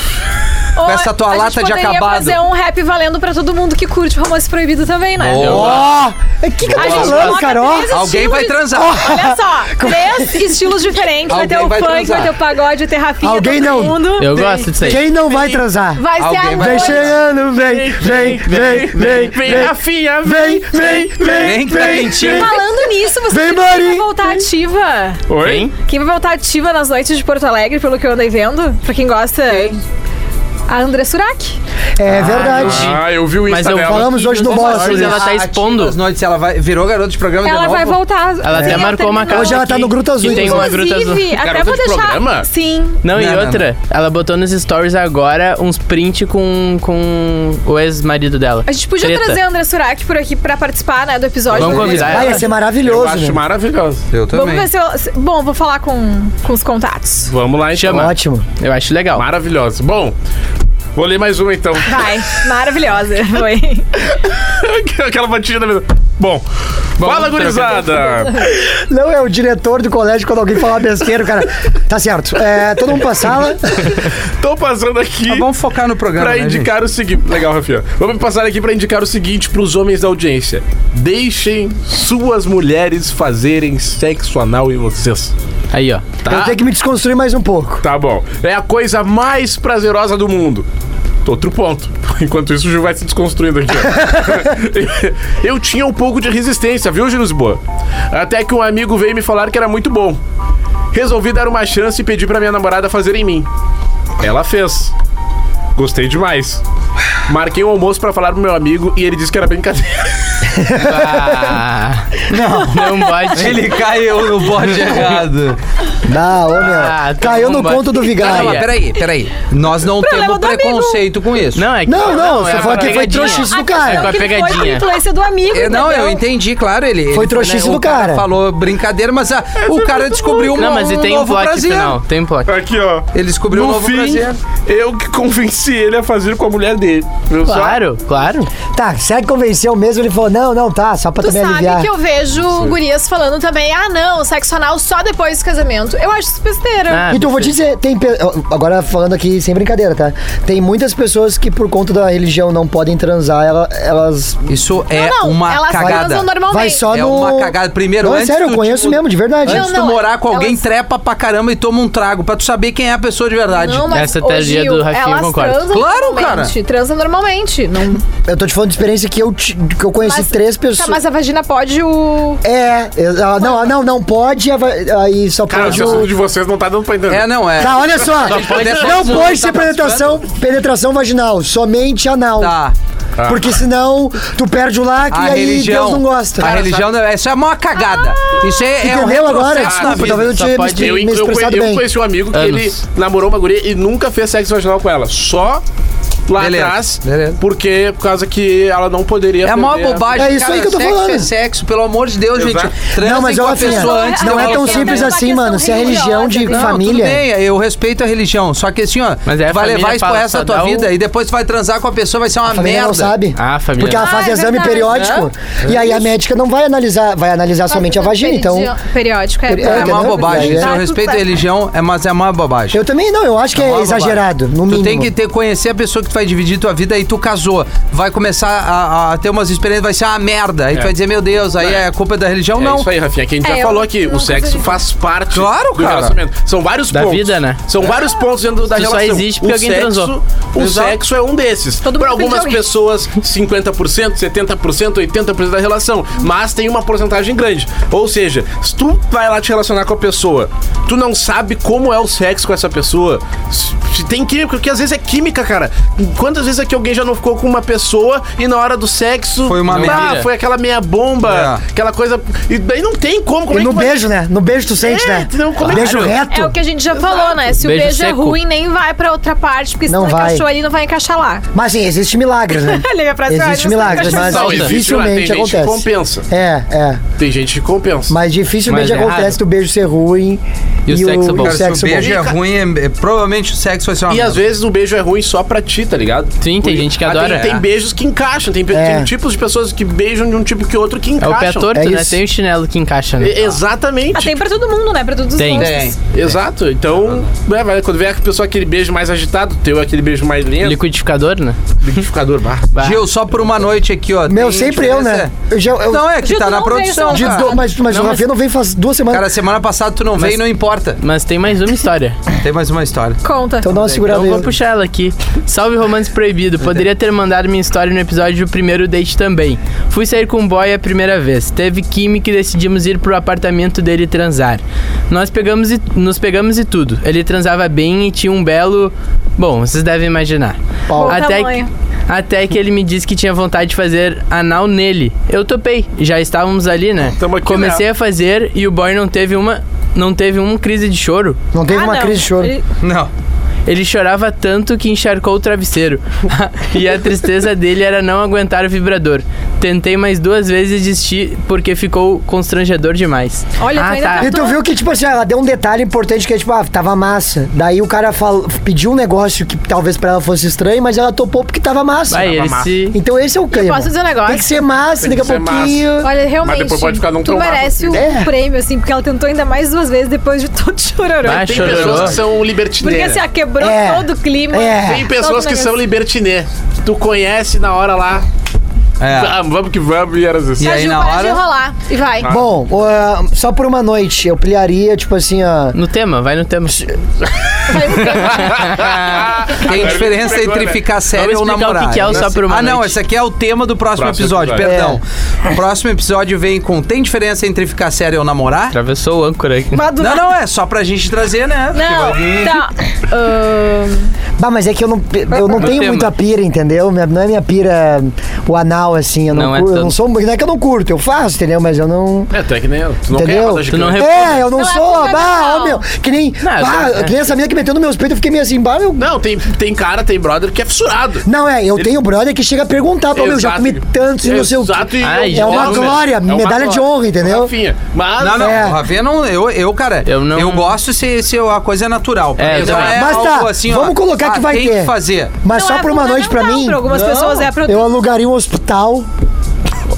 Ou essa tua a lata de gente poderia acabado. fazer um rap valendo pra todo mundo que curte romance proibido também, né? Boa. Ó, o que que eu tô A gente falando, coloca cara? Ó, três Alguém vai estilos- transar. Olha só, três assim? estilos diferentes. Vai ter Alguém o vai funk, transar. vai ter o pagode, vai ter Rafinha, Alguém todo não. mundo. Eu gosto disso aí. Quem não vai transar? Vai ser Alguém a vai Vem noite. chegando, vem, vem, vem, vem, vem. Rafinha, Vem, vem, vem, Vem que tá vem, quentinho. vem. Falando nisso, você Vem, sabe quem Mari. vai voltar ativa? Oi? Quem vai voltar ativa nas noites de Porto Alegre, pelo que eu andei vendo? Pra quem gosta. A André Surak. É verdade. Ah, eu vi o Insta Mas eu dela. Falamos hoje no Bola. Mas ela A- tá ativa expondo. As noites, ela vai, virou garota de programa de Ela novo. vai voltar. Ela até Sim, marcou terminou. uma casa. Hoje ela tá aqui no Gruta Azul, Que tem uma gruta azul. Inclusive, até Garota vou de deixar. programa? Sim. Não, Não, e não, outra, ela botou nos stories agora uns print com, com o ex-marido dela. A gente podia Treta. trazer a André Surak por aqui pra participar, né, do episódio. Vamos Vamos, convidar Vai, ela. Ah, ia ser Eu maravilhoso. acho né? maravilhoso. Eu também. ver se eu. se- Bom, vou falar com, com os contatos. Vamos lá, então. Chama. Ótimo. Eu acho legal. Maravilhoso. Bom, vou ler mais uma então. Vai, maravilhosa. Foi. Aquela batida mesmo. Bom, fala, gurizada! Não é o diretor do colégio quando alguém fala uma besteira, o cara. Tá certo. É, todo mundo pra sala. Tô passando aqui Mas vamos Tá focar no programa. pra né, gente? indicar o seguinte. Legal, Rafinha. Vamos passar aqui pra indicar o seguinte pros homens da audiência: deixem suas mulheres fazerem sexo anal em vocês. Aí, ó. Tá? Eu tenho que me desconstruir mais um pouco. Tá bom. É a coisa mais prazerosa do mundo. Outro ponto. Enquanto isso, o Gil vai se desconstruindo aqui. ó. eu tinha um pouco de resistência, viu, Gil Lisboa? Até que um amigo veio me falar que era muito bom. Resolvi dar uma chance e pedi pra minha namorada fazer em mim. Ela fez. Gostei demais. Marquei um almoço pra falar pro meu amigo e ele disse que era brincadeira. Ah, não. Não pode. Ele caiu no bode errado. Não, ô meu. Ah, tá Caiu bom, no vai. conto do Não, Vigário. mas peraí, peraí. Nós não Problema temos é. do amigo. preconceito com isso. Não, é que. Não, não, você é falou que foi pegadinha. trouxice do É com a cara. que ele foi por pegadinha. influência do amigo, Eu- É, não, eu entendeu? entendi, claro, ele. ele- trouxice do o cara. cara. falou brincadeira, mas a- é o cara descobriu um, Não, mas e um tem um novo plot prazer. final. Tem um plot. Aqui, ó. Ele descobriu um No novo fim, prazer. eu que convenci ele a fazer com a mulher dele. Viu só? Claro, claro. Tá, será que convenceu mesmo? Ele falou, não, não, tá, só pra Tu também sabe aliviar. que eu vejo gurias falando também, ah, não, sexo anal só depois do casamento. Eu acho isso besteira. Ah, Então, eu vou te dizer, tem. pe- Agora falando aqui sem brincadeira, tá? Tem muitas pessoas que, por conta da religião, não podem transar, ela- elas. Isso é não, uma elas cagada. transam normalmente. Vai só É no. uma cagada. Primeiro, não, é antes sério, do eu conheço tipo- mesmo, de verdade. Antes de tu não, morar com alguém, elas- trepa pra caramba e toma um trago pra tu saber quem é a pessoa de verdade. Não, mas Essa ô, teoria Gil, do Rafinha eu elas concordo. transam Claro, cara. normalmente, Transam normalmente. Não... Eu tô te falando de experiência que eu, ti- que eu conheci Mas- três Tá, pessoas. mas a vagina pode o... É, ela- não, não, não pode, ah, aí só Cara, pode. esse assunto o... de vocês não tá dando pra entender. É, não é. Tá, olha só. pode- não tá pode ser participando? penetração, penetração vaginal, somente anal. Tá. Porque senão tu perde o lacre A e aí religião. Deus não gosta. A religião não é. Isso é uma cagada. Isso é, é um Entendeu agora? retrocesso na Desculpa, vida. talvez eu Só tinha me, pode- expre- Eu, me eu, expressado conhe- eu bem. conheci um amigo que Anos. ele namorou uma guria e nunca fez sexo vaginal com ela. Só lá Beleza, atrás. beleza. Porque por causa que ela não poderia. É a maior perder bobagem. É isso cara. aí que eu tô sexo falando. é sexo, pelo amor de Deus, Exato. gente. Transem Não, mas com ó, a Rafinha, pessoa antes do não é tão relacionamento. simples É uma assim, questão mano. Se é religiosa, religião de entendeu? Não, família. tudo bem, eu respeito a religião. Só que assim, ó, Mas aí a tu vai família levar isso pro fala, resto da só tua dá o- vida e depois tu vai transar com a pessoa, vai ser uma A família merda. não sabe. Ah, família. Porque ela Ah, faz é exame verdade, periódico. E aí a médica não vai analisar, vai analisar somente a Tá, vagina, então. Periódico, é. Peri- É uma Entendeu? bobagem. Aí é- Eu Tá, respeito a tudo certo. religião, é, mas é uma bobagem. Eu também não, eu acho que Uma é bobagem. exagerado, no Tá Tu mínimo. tem que ter, conhecer a pessoa que tu vai dividir tua vida aí tu casou. Vai começar a, a ter umas experiências, vai ser uma merda. Aí tu vai dizer, meu Deus, aí é, culpa da religião? É não. isso aí, Rafinha, que a gente É, já eu falou aqui. não O sexo consigo. faz parte Claro, do cara. relacionamento. São vários Da pontos. vida, né? São vários pontos dentro da Isso só relação. existe porque o alguém sexo, transou. O Exato. sexo é um desses. Todo Para mundo tem algumas alguém. pessoas, 50%, 70%, 80% da relação. Mas tem uma porcentagem grande. Ou seja, se tu vai lá te relacionar com a pessoa, tu não sabe como é o sexo com essa pessoa. Se se tem química, porque às vezes é química, cara. Quantas vezes aqui alguém já não ficou com uma pessoa e na hora do sexo. Foi uma ah, merda. foi aquela meia bomba, É. aquela coisa. E daí não tem como. como E é no que vai- beijo, né? No beijo tu sente, É, né? não, como é que- Beijo reto. É o que a gente já falou, né? Se Beijo o beijo é seco. ruim, nem vai pra outra parte, porque se Não não vai. encaixou ali, não vai encaixar lá. Mas assim, existe milagres, né? Liga pra trás, Existe você milagres, encaixou mas isso. Não, existe, dificilmente tem gente que acontece. compensa. É, é. Tem gente que compensa. Mas dificilmente Mas é acontece raro. do beijo ser ruim E o sexo bom. e Cara, o Cara, se sexo o bom. beijo é ruim, é- é- provavelmente o sexo vai ser uma E às merda. vezes o beijo é ruim só pra ti, tá ligado? Sim, tem Porque- gente que Ah, tem- adora. Tem, É. beijos que encaixam, tem, pe- É. tem tipos de pessoas que beijam de um tipo que outro que É o encaixam. pé torto, É né? isso. Tem o chinelo que encaixa, né? E- Exatamente. Ah, tem pra todo mundo, né? Pra todos os Tem. gostos. Tem. Exato. Então, é, vai- quando vem a pessoa aquele beijo mais agitado, o teu é aquele beijo mais lento. Liquidificador, né? Liquidificador, bah. Bah. Gil, só por uma noite aqui, ó. Meu, tem sempre eu, diferença? né? Eu já, eu, Não, é que Gil, tá tu na não produção, veio de essa cara. do- mas, mas Não, o mas- Rafinha não vem faz duas semanas. Cara, semana passada tu não veio, não importa. Mas tem mais uma história. Tem mais uma história. Conta. então dá uma segurada Então vou aí. puxar ela aqui. Salve Romance Proibido. Poderia ter mandado minha história no episódio do primeiro date também. Fui sair com um boy a primeira vez. Teve química e decidimos ir pro apartamento dele transar. Nós pegamos e, nos pegamos e tudo. Ele transava bem e tinha um belo. Bom, vocês devem imaginar. Pau. Bom Até que, tamanho. até que ele me disse que tinha vontade de fazer anal nele. Eu topei. Já estávamos ali, né? Tamo aqui, Comecei a fazer e o boy não teve uma. Não teve uma crise de choro. Não teve Ah, uma não. crise de choro. Ele- Não. Ele chorava tanto que encharcou o travesseiro. e a tristeza dele era não aguentar o vibrador. Tentei mais duas vezes e desisti porque ficou constrangedor demais. Olha, tu ah, ainda tá. tá- E tu viu que, tipo assim, ela deu um detalhe importante que é, tipo, ah, tava massa. Daí o cara fal- pediu um negócio que talvez pra ela fosse estranho, mas ela topou porque tava massa. Aí ele se. Então esse é o clima. posso dizer um negócio? Tem que ser massa, Tem daqui que a ser massa. pouquinho... Olha, realmente, depois pode ficar não tu traumado, merece o É. prêmio, assim, porque ela tentou ainda mais duas vezes depois de todo chororô. Vai, Tem Chororô. pessoas que são Porque libertineiras. assim, ela quebrou É. todo o clima. É. Tem todo pessoas que um negócio. são libertinê. Tu conhece na hora lá. É. Ah, vamos que vamos, e era assim. E aí, Agiu, na Tá, para de hora- enrolar. E vai. Ah. Bom, uh, só por uma noite, eu pilharia, tipo assim, ó... No tema, vai no tema. Vai pro Tem diferença né? entre ficar sério Vamos ou explicar namorar. o que que é o só por uma Ah, não, noite. esse aqui é o tema do próximo, Próximo episódio, episódio. perdão. O próximo episódio vem com tem diferença entre ficar sério ou namorar? Atravessou o âncora aqui. Maduro. Não, não, é só pra gente trazer, né? Porque Não, vai vir- tá. Ahn, Bah, mas é que eu não, eu não No tenho tema. muita pira, entendeu? Minha- Não é minha pira o anal, assim. Eu não, Não é curto, eu tanto. não sou. Não é que eu não curto, eu faço, entendeu? Mas eu não. É, tu é que nem ela. Tu não quer Entendeu? rodar Tu não gigante. re- É, eu não, Não é sou. culpa bah, do ó, anal. meu. Que nem. Não, é. eu bah, sou- que nem essa mina que meteu no meus peitos, eu fiquei meio assim, bah, meu. Não, tem, tem cara, tem brother que é fissurado. Não, é, eu tenho brother que chega a perguntar, pô, meu, já Exato. comi tantos e não sei o quê. Exato, e Ah, eu É uma gosto, glória, né? É uma medalha de glória. honra, entendeu? Rafinha. Mas. Não, não, É. o Rafinha não. Eu, eu cara, eu, Eu não- gosto se, se a coisa é natural. Pra É, mim eu só também. Mas tá, vamos colocar que vai assim, ah, tem ter. que fazer. Mas não só é por uma noite pra fundamental mim, Pra algumas Não. pessoas é pra eu alugaria um hospital.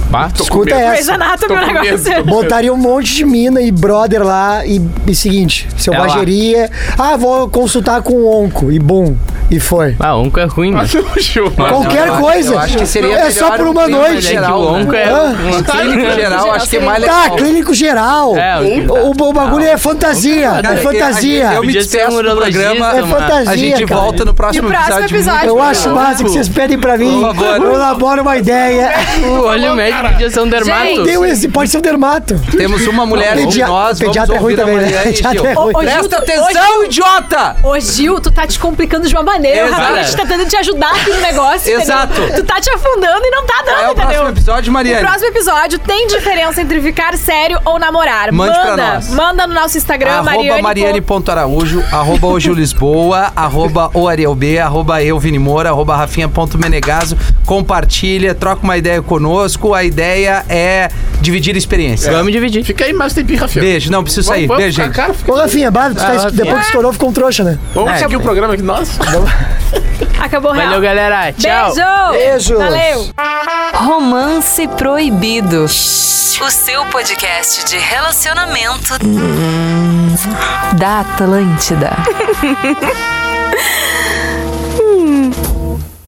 Bah, Escuta medo. Grey's essa. Anatomy, Tô o com medo. negócio. Botaria um monte de mina e brother lá e, e seguinte, selvageria. Ah, vou consultar com o onco e bum. E foi. Ah, onco é ruim, né? Mas eu acho uma- Qualquer eu acho- coisa. eu acho que seria é só melhor por um uma clima noite. Mas é que o Geral, né? onco é. Hã? um- Clínica geral, acho que é mais Tá, legal. clínico geral. É, o- o, o bagulho é fantasia. Cara, é que- fantasia. Eu me Podia ser despeço um do programa. urologista, É mano. fantasia. A gente cara. volta no próximo E próximo episódio. episódio. Eu acho massa que vocês pedem pra mim. Por favor. Eu elaboro uma ideia. O olho médico podia ser um dermato. Gente, Deu esse, pode ser um dermato. Temos uma mulher de Pedia- nós. Vamos pediatra é ruim ouvir a também, né? Mariana Pediatra Gil. é ruim. Ô, Gil, Presta tu- atenção, idiota! Ô, Gil, tu tá te complicando de uma maneira. O Exato. Rafa, a gente tá tentando te ajudar aqui no negócio. entendeu? Exato. Tu tá te afundando e não tá dando, Qual é o entendeu? próximo episódio, No Mariana? próximo episódio tem diferença entre ficar sério ou namorar. Mande pra manda, nós. manda no nosso Instagram, Arroba Mariane. Mariane.araújo, arroba o Gil Lisboa, arroba o Ariel B, arroba eu, Vini Moura, arroba Rafinha.menegaso. Compartilha, troca uma ideia conosco. A ideia é dividir experiência. É. Vamos dividir. Fica aí mais tempinho, Rafinha. Beijo, não, preciso sair. Vamos, Beijo, vamos, gente. cara, fica- Ô, Rafinha, bah, tu tá- Rafinha. depois que estourou ficou um trouxa, né? Vamos É, seguir o programa aqui, nós. Acabou o um real. Valeu, galera. Tchau. Beijos. Beijo. Valeu. Romance Proibido. O seu podcast de relacionamento da Atlântida.